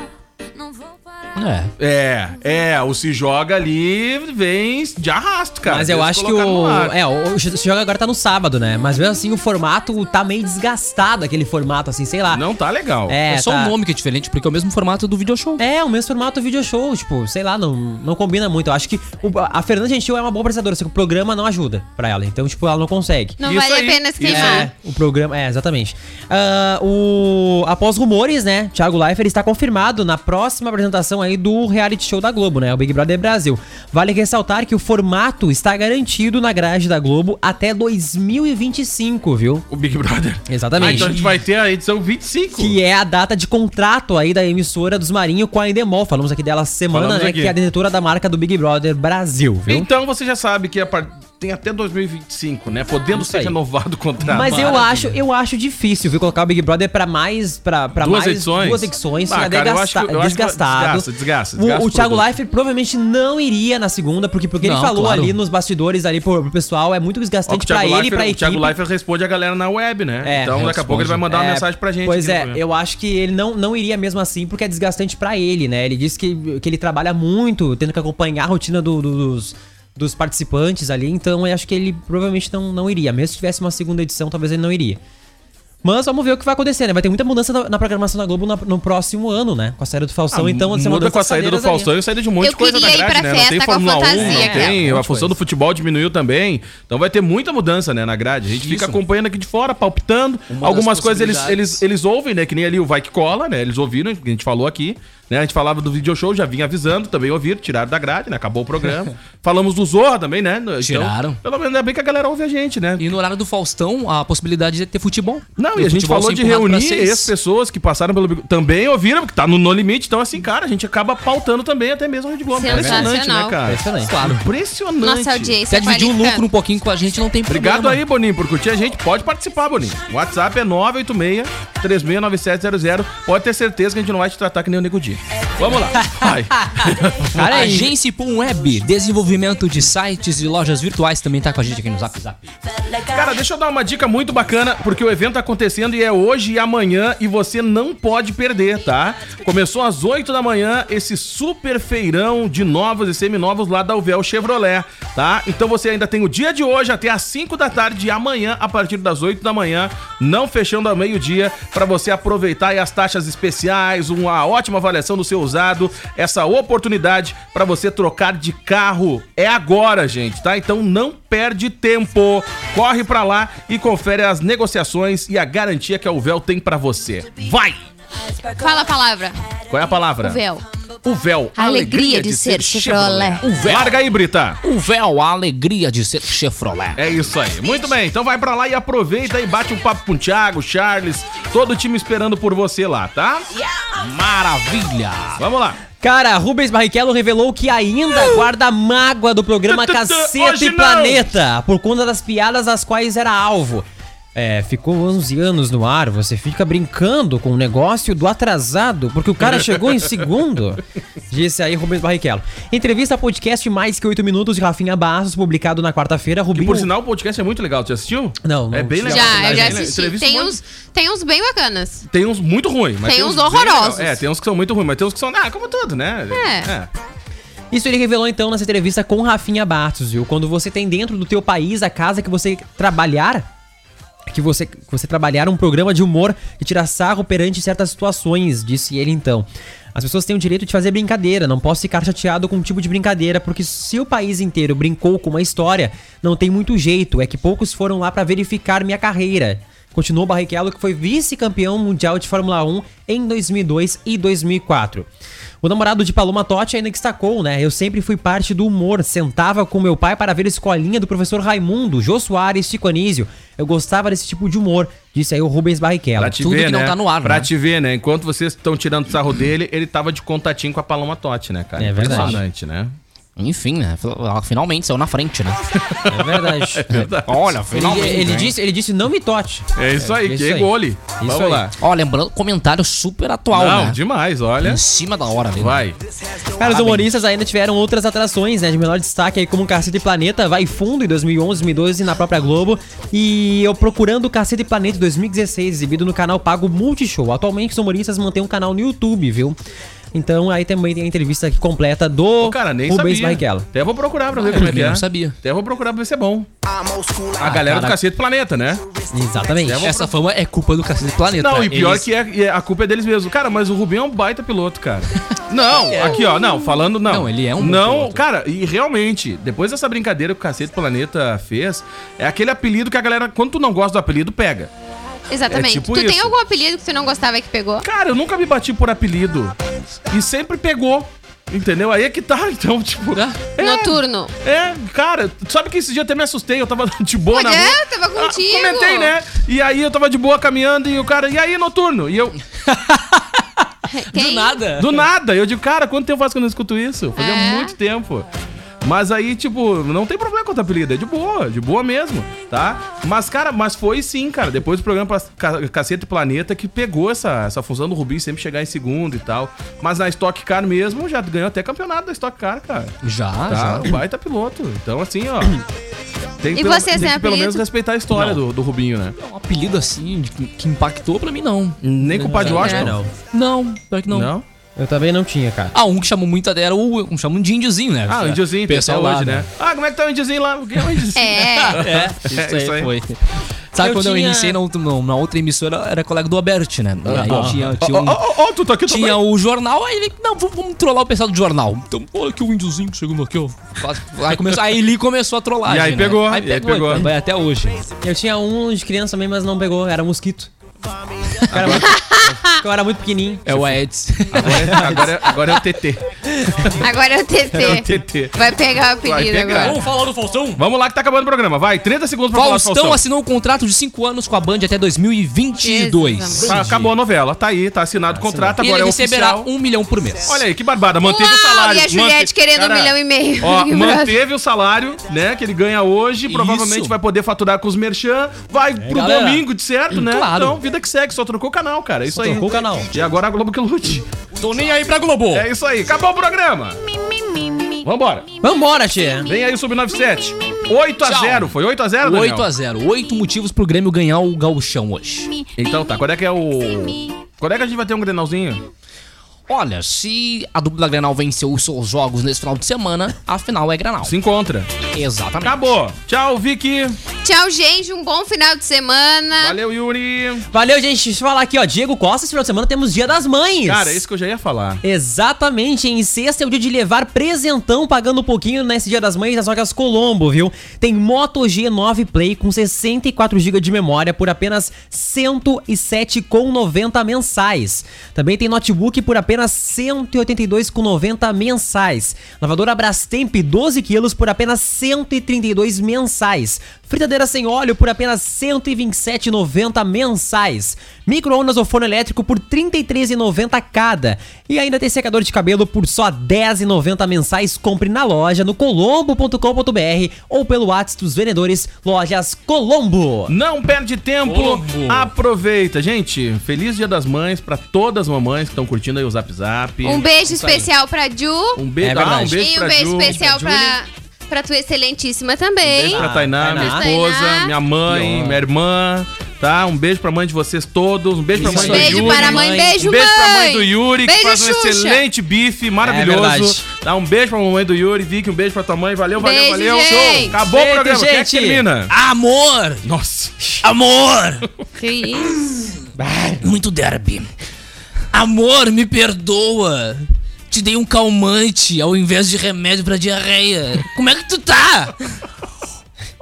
F: É.
E: É, é, o Se Joga ali vem de arrasto, cara.
I: Mas eu
E: Eles
I: acho que
E: colocaram
I: o.
E: no ar.
I: É, o o jogo agora tá no sábado, né? Mas mesmo assim o formato tá meio desgastado, aquele formato assim, sei lá.
E: Não tá legal.
F: É, só o
I: tá-
F: nome que é diferente, porque é o mesmo formato do video show.
I: É, o mesmo formato do video show, tipo, sei lá, não, não combina muito. Eu acho que o- a Fernanda Gentil é uma boa apresentadora, só que o programa não ajuda pra ela. Então, tipo, ela não consegue.
H: Não
E: Isso
H: vale
E: aí,
H: a pena se
E: isso aí.
H: queimar.
I: É, o programa. É, exatamente. Ah, o, após rumores, né? Thiago Leifert está confirmado na próxima apresentação aí aí do reality show da Globo, né? O Big Brother Brasil. Vale ressaltar que o formato está garantido na grade da Globo até 2025, viu?
E: O Big Brother.
I: Exatamente.
E: Ah, então a gente vai ter a edição 25.
I: Que é a data de contrato aí da emissora dos Marinho com a Endemol. Falamos aqui dela semana,
E: Falamos
I: né?
E: aqui.
I: Que é a detentora da marca do Big Brother Brasil, viu?
E: Então você já sabe que a par- tem até 2025, né? Podendo
I: Ah, Isso
E: ser
I: aí.
E: renovado o contrato.
I: Mas eu acho, eu acho difícil, viu? Colocar o Big Brother pra mais. Pra, pra
E: Duas
I: mais
E: edições?
I: Duas edições.
E: Ah,
I: fica
E: cara, eu acho
I: desgasta-
E: que- eu acho que
I: desgastado.
E: desgasta, desgasta, desgasta
I: o,
E: o
I: o Thiago
E: produto.
I: Leifert provavelmente não iria na segunda, porque, porque
F: Não,
I: ele falou
F: claro.
I: ali nos bastidores ali pro, pro pessoal, é muito
E: Ó, que
I: desgastante
E: o Thiago
I: pra ele e
E: Leifert-
I: pra
E: O Thiago
I: equipe.
E: Leifert responde a galera na web, né?
I: É,
E: então daqui a
I: responde.
E: pouco ele vai mandar uma
I: É,
E: mensagem pra gente.
I: Pois
E: aqui no
I: é,
E: programa.
I: eu acho que ele não, não iria mesmo assim, porque é desgastante pra ele, né? Ele disse que, que ele trabalha muito, tendo que acompanhar a rotina do- do- dos, dos participantes ali, então eu acho que ele provavelmente não, não iria. Mesmo se tivesse uma segunda edição, talvez ele não iria. Mas vamos ver o que vai acontecer, né? Vai ter muita mudança na, na programação da Globo na- no próximo ano, né? Com a saída do Falsão, então
E: Ah, muda
I: essa mudança
E: com a
I: das
E: saída do
I: cadeiras ali. né?
E: Falsão e saída de um monte
H: Eu
E: de coisa da
H: queria ir
E: grade,
H: pra
E: né? não
H: festa
E: tem
H: com a
E: Fórmula 1,
H: fantasia,
E: não
H: cara.
E: tem.
I: Um monte
E: A
I: de
E: função
I: coisa.
E: do futebol diminuiu também. Então vai ter muita mudança, né, na grade. A gente fica
F: Isso.
E: acompanhando aqui de fora, palpitando.
F: Uma
E: Algumas
F: das
E: coisas eles,
F: possibilidades.
E: eles, eles ouvem, né? Que nem ali o Vai Que Cola, né? Eles ouviram, a gente falou aqui. Né? A gente falava do video show, já vinha avisando, também ouviram, tiraram da grade, né? Acabou o programa. Falamos do Zorra também, né? Então,
F: Tiraram.
E: Pelo menos ainda bem que a galera ouve a gente, né?
F: E no horário do Faustão, a possibilidade de ter futebol.
E: Não,
F: Do
E: e a gente
F: futebol
E: falou
F: ser
E: de
F: empurrado pra
E: reunir
F: seis.
E: as pessoas que passaram pelo Big Também ouviram, porque tá no No Limite. Então, assim, cara, a gente acaba pautando também até mesmo a Rede Globo. Impressionante, né,
H: Sensacional.
E: cara?
I: Impressionante.
F: Claro.
E: Impressionante.
H: Nossa audiência
F: Quer dividir o
H: qualificando.
F: lucro um pouquinho com a gente, não tem problema.
E: Obrigado aí, Boninho, por curtir a gente. Pode participar, Boninho. O WhatsApp é 986-369700. Pode ter certeza que a gente não vai te tratar que nem o Nego Di. Vamos lá. Vai.
F: Cara, é Agência Ipum Web, desenvolvimento de sites e lojas virtuais também tá com a gente aqui no Zap Zap.
E: Cara, deixa eu dar uma dica muito bacana, porque o evento tá acontecendo e é hoje e amanhã e você não pode perder, tá? Começou às 8 da manhã esse super feirão de novos e seminovos lá da Uvel Chevrolet, tá? Então você ainda tem o dia de hoje até às 5 da tarde e amanhã a partir das 8 da manhã, não fechando ao meio-dia, pra você aproveitar aí as taxas especiais, uma ótima avaliação do seu usado, essa oportunidade pra você trocar de carro é agora, gente, tá? Então não perde tempo. Corre pra lá e confere as negociações e a garantia que a Uvel tem pra você. Vai!
H: Fala a palavra.
E: Qual é a palavra?
H: Véu.
E: Uvel.
H: A alegria de ser Chevrolet.
E: Uvel. Larga aí, Brita.
F: O véu, a alegria de ser Chevrolet.
E: É isso aí. Muito bem, então vai pra lá e aproveita e bate um papo com o Thiago, Charles, todo o time esperando por você lá, tá?
F: Maravilha.
E: Vamos lá.
I: Cara, Rubens Barrichello revelou que ainda guarda a mágoa do programa
E: Tã, tã, tã,
I: Caceta
E: hoje
I: e
E: não.
I: Planeta por conta das piadas das quais era alvo. É, ficou 11 anos no ar, você fica brincando com o negócio do atrasado, porque o cara chegou em segundo. Disse aí Rubens Barrichello. Entrevista ao podcast Mais Que 8 Minutos de Rafinha Barros, publicado na quarta-feira.
E: E
I: Rubinho...
E: por sinal, o podcast é muito legal. Tu já assistiu?
I: Não, não
E: É bem
I: assisti.
E: legal.
H: Já, eu já
E: É bem le-
H: assisti.
E: entrevista
H: Tem
E: muito-
H: uns, tem uns bem bacanas.
E: Tem uns muito ruins, mas
H: Tem uns
E: bem legal.
H: horrorosos.
E: É, tem uns que são muito ruins, mas tem uns que são. Ah, como tudo, né?
H: É.
I: Isso ele revelou então nessa entrevista com Rafinha Bastos, viu? Quando você tem dentro do teu país a casa que você trabalhar, que você, que você trabalhar um programa de humor que tira sarro perante certas situações, disse ele então. As pessoas têm o direito de fazer brincadeira, não posso ficar chateado com um tipo de brincadeira, porque se o país inteiro brincou com uma história, não tem muito jeito, é que poucos foram lá pra verificar minha carreira. Continuou Barrichello, que foi vice-campeão mundial de Fórmula 1 em 2002 e 2004. O namorado de Paloma Totti ainda destacou, né? Eu sempre fui parte do humor, sentava com meu pai para ver a escolinha do professor Raimundo, Jô Soares, Chico Anísio. Eu gostava desse tipo de humor, disse aí o Rubens Barrichello.
E: Pra te
F: Tudo
E: ver,
F: que
E: né?
F: não tá no ar,
E: pra
F: né?
E: te ver, né? Enquanto vocês estão tirando sarro dele, ele tava de contatinho com a Paloma Totti, né, cara?
I: É verdade.
E: Impressionante, né?
F: Enfim, né? Finalmente saiu na frente, né?
I: É verdade.
F: Olha,
I: ele,
F: finalmente.
I: ele
F: né?
I: disse, ele disse, não me tote.
E: É isso aí,
I: isso
E: que
I: aí.
E: gole. Vamos
I: aí.
E: lá.
F: Ó, lembrando, comentário super atual,
E: Não,
F: né?
E: demais, olha.
F: Em cima da hora, né?
E: Vai.
I: Cara, os humoristas ainda tiveram outras atrações, né? De menor destaque aí, como Cacete e Planeta, Vai Fundo em 2011, 2012 na própria Globo. E eu procurando Cacete e Planeta em 2016, exibido no canal Pago Multishow. Atualmente os humoristas mantêm um canal no YouTube, viu? Então aí também tem a entrevista aqui completa do
E: Ô, cara, nem
I: Rubens
E: sabia.
I: Barrichello.
E: Até vou procurar pra ver como é que
F: Ah, Eu
E: é.
F: não sabia.
E: Até vou procurar pra ver se é bom. A galera do
F: caraca.
E: Cacete Planeta, né?
I: Exatamente.
F: Essa fama é culpa do Cacete do Planeta.
E: Não, e pior
F: tá, Eles-
E: que é, é- a culpa é deles mesmo. Cara, mas o Rubinho é um baita piloto, cara. Não, aqui ó, não, falando não.
F: É. Não, ele é um bom
E: Não,
F: piloto.
E: cara, e realmente, depois dessa brincadeira que o Cacete Planeta fez, é aquele apelido que a galera, quando tu não gosta do apelido, pega.
H: Exatamente.
E: tipo
H: tu tem
E: isso.
H: algum apelido que tu não gostava e que pegou?
E: Cara, eu nunca me bati por apelido. E sempre pegou. Entendeu? Aí é que tá, então, tipo.
F: Ah,
E: É,
H: Noturno.
E: É, cara, tu sabe que esse dia até me assustei, eu tava de boa na
H: Pois é,
E: rua. Ah,
H: eu tava contigo.
E: comentei, né? E aí eu tava de boa caminhando e o cara, e aí, noturno? E eu,
H: Quem?
G: Do nada.
E: do nada, eu digo, cara, quanto tempo faz que eu não escuto isso? Fazia
H: É.
E: muito tempo. Mas aí, tipo, não tem problema com o apelido, é de boa, de boa mesmo, tá? Mas, cara, mas foi sim, cara, depois do programa Ca- Cacete Planeta que pegou essa, essa função do Rubinho sempre chegar em segundo e tal. Mas na Stock Car mesmo, já ganhou até campeonato da Stock Car, cara.
F: Já,
E: Tá,
F: Ah, já.
E: o baita piloto. Então, assim, ó. Tem que,
H: E
E: pelo,
H: você,
E: tem que
H: sem
E: pelo
H: apelido?
E: menos respeitar a história do, do Rubinho, né?
F: Um apelido assim de- que impactou pra mim, não.
E: Nem com o Padre
F: não,
I: é
E: Washington.
F: não. Não, pior que não.
E: Não?
I: Eu também não tinha, cara.
F: Ah, um que chamou muito era o. Um chamam de índiozinho, né?
E: Ah, o índiozinho, tem até
F: Pessoal lá,
E: hoje, né? Ah, como é que tá o índiozinho lá? O que é o índiozinho?
H: É.
F: É,
E: É, isso
F: isso aí
E: aí.
F: foi. Sabe
G: Eu
F: quando eu
G: tinha-
F: iniciei na, outra- na- na outra emissora, era colega do Alberti, né?
E: Ah,
F: E aí tinha, tinha um-
E: Ó, ó, ó, tu tá aqui
F: tinha o jornal, aí ele, não, v- vamos trollar o pessoal do jornal. Então, olha aqui o índiozinho que chegou aqui, ó. Faz- Aí, começou, aí ele começou a trollar.
E: E aí pegou, e aí pegou.
F: Vai até hoje.
I: Eu tinha um de criança também, mas não pegou. Era mosquito. Eu era muito, eu era muito pequenininho.
F: É o Aedes.
E: Agora, é- agora, é- agora é o TT.
H: Agora é o
E: É o
H: TT.
E: TT.
H: Vai pegar o
E: Vai
H: apelido
E: pegar.
H: agora.
F: falar do Faustão?
E: Vamos lá que tá acabando o programa, vai. 30 segundos pra falar do
F: Faustão
E: Faustão.
F: assinou um contrato de 5 anos com a Band até 2022.
H: Jesus,
E: Tá, acabou a novela, tá aí, tá assinado o contrato,
F: E
E: agora
F: ele
E: é
F: receberá
E: oficial.
F: 1 um milhão por mês.
E: Olha aí, que barbada, manteve
H: Uau,
E: o salário.
H: e a Juliette
E: mante-
H: querendo
E: Cara,
H: um milhão e meio.
E: Ó,
H: Big Brother.
E: manteve o salário, né, que ele ganha hoje, provavelmente
F: Isso.
E: vai poder faturar com os merchan, vai pro
F: galera.
E: domingo, de certo, né?
F: Claro.
E: Então, vida que segue, só trocou o canal, cara, é isso aí.
I: trocou o canal.
E: E agora a Globo que lute.
F: Tô nem aí pra Globo.
E: É isso aí, acabou o programa. Vambora.
I: Vambora, tia.
E: Vem aí o Sub-97. 8x0, foi 8x0, Daniel?
F: 8 a 0 8 motivos pro Grêmio ganhar o gauchão hoje.
E: Então tá, quando é que é o... Quando é que a gente vai ter um Grenalzinho?
F: Olha, se a dupla Grenal venceu os seus jogos nesse final de semana, a final é Grenal.
E: Se encontra.
F: Exatamente.
E: Acabou. Tchau, Vicky.
H: Tchau, gente. Um bom final de semana.
E: Valeu, Yuri.
I: Valeu, gente. Deixa eu falar aqui, ó. Diego Costa, esse final de semana temos Dia das Mães.
E: Cara, é isso que eu já ia falar.
I: Exatamente, em sexta é o dia de levar presentão pagando um pouquinho nesse Dia das Mães nas lojas Colombo, viu? Tem Moto G9 Play com 64 GB de memória por apenas R$ 107,90 mensais. Também tem notebook por apenas R$ 182,90 mensais. Lavadora Brastemp 12 kg por apenas R$ 132 mensais. Fritadeira sem óleo por apenas R$ 127,90 mensais. Micro-ondas ou forno elétrico por R$ 33,90 cada. E ainda tem secador de cabelo por só R$ 10,90 mensais. Compre na loja no colombo.com.br ou pelo WhatsApp dos vendedores Lojas Colombo.
E: Não perde tempo,
F: Colombo.
E: aproveita. Gente, feliz Dia das Mães pra todas as mamães que estão curtindo aí o Zap Zap.
H: Um beijo especial pra Ju.
E: Um beijo,
I: É
E: ah, um
I: verdade.
E: beijo
H: e um
E: pra
H: beijo
E: Ju,
H: especial
E: pra Júlia. Um
H: pra, pra tua excelentíssima também.
E: Beijo pra Tainá,
I: Tainá.
E: minha esposa,
H: Tainá.
E: minha mãe, minha irmã, tá? Um beijo pra mãe de vocês todos, um beijo pra mãe
I: Isso
E: do
I: aí.
E: Yuri.
H: beijo para a mãe,
I: mãe.
H: beijo,
E: um beijo
H: mãe.
E: pra mãe do Yuri,
H: beijo,
E: que faz um
H: Xuxa.
E: excelente bife maravilhoso.
I: É verdade.
E: Dá um beijo pra mamãe do Yuri, Vicky, um beijo pra tua mãe. Valeu, valeu,
H: Beijo,
E: valeu.
H: gente.
E: Acabou
I: Beijo,
E: o programa. Quem é que
I: gente.
E: termina?
F: Amor!
E: Nossa.
F: Amor!
H: Que isso?
F: Muito derby. Amor, me perdoa. Te dei um calmante ao invés de remédio pra diarreia. Como é que tu tá?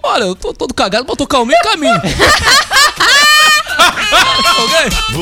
F: Olha, eu tô todo cagado, mas eu tô calminho e caminho. Alguém?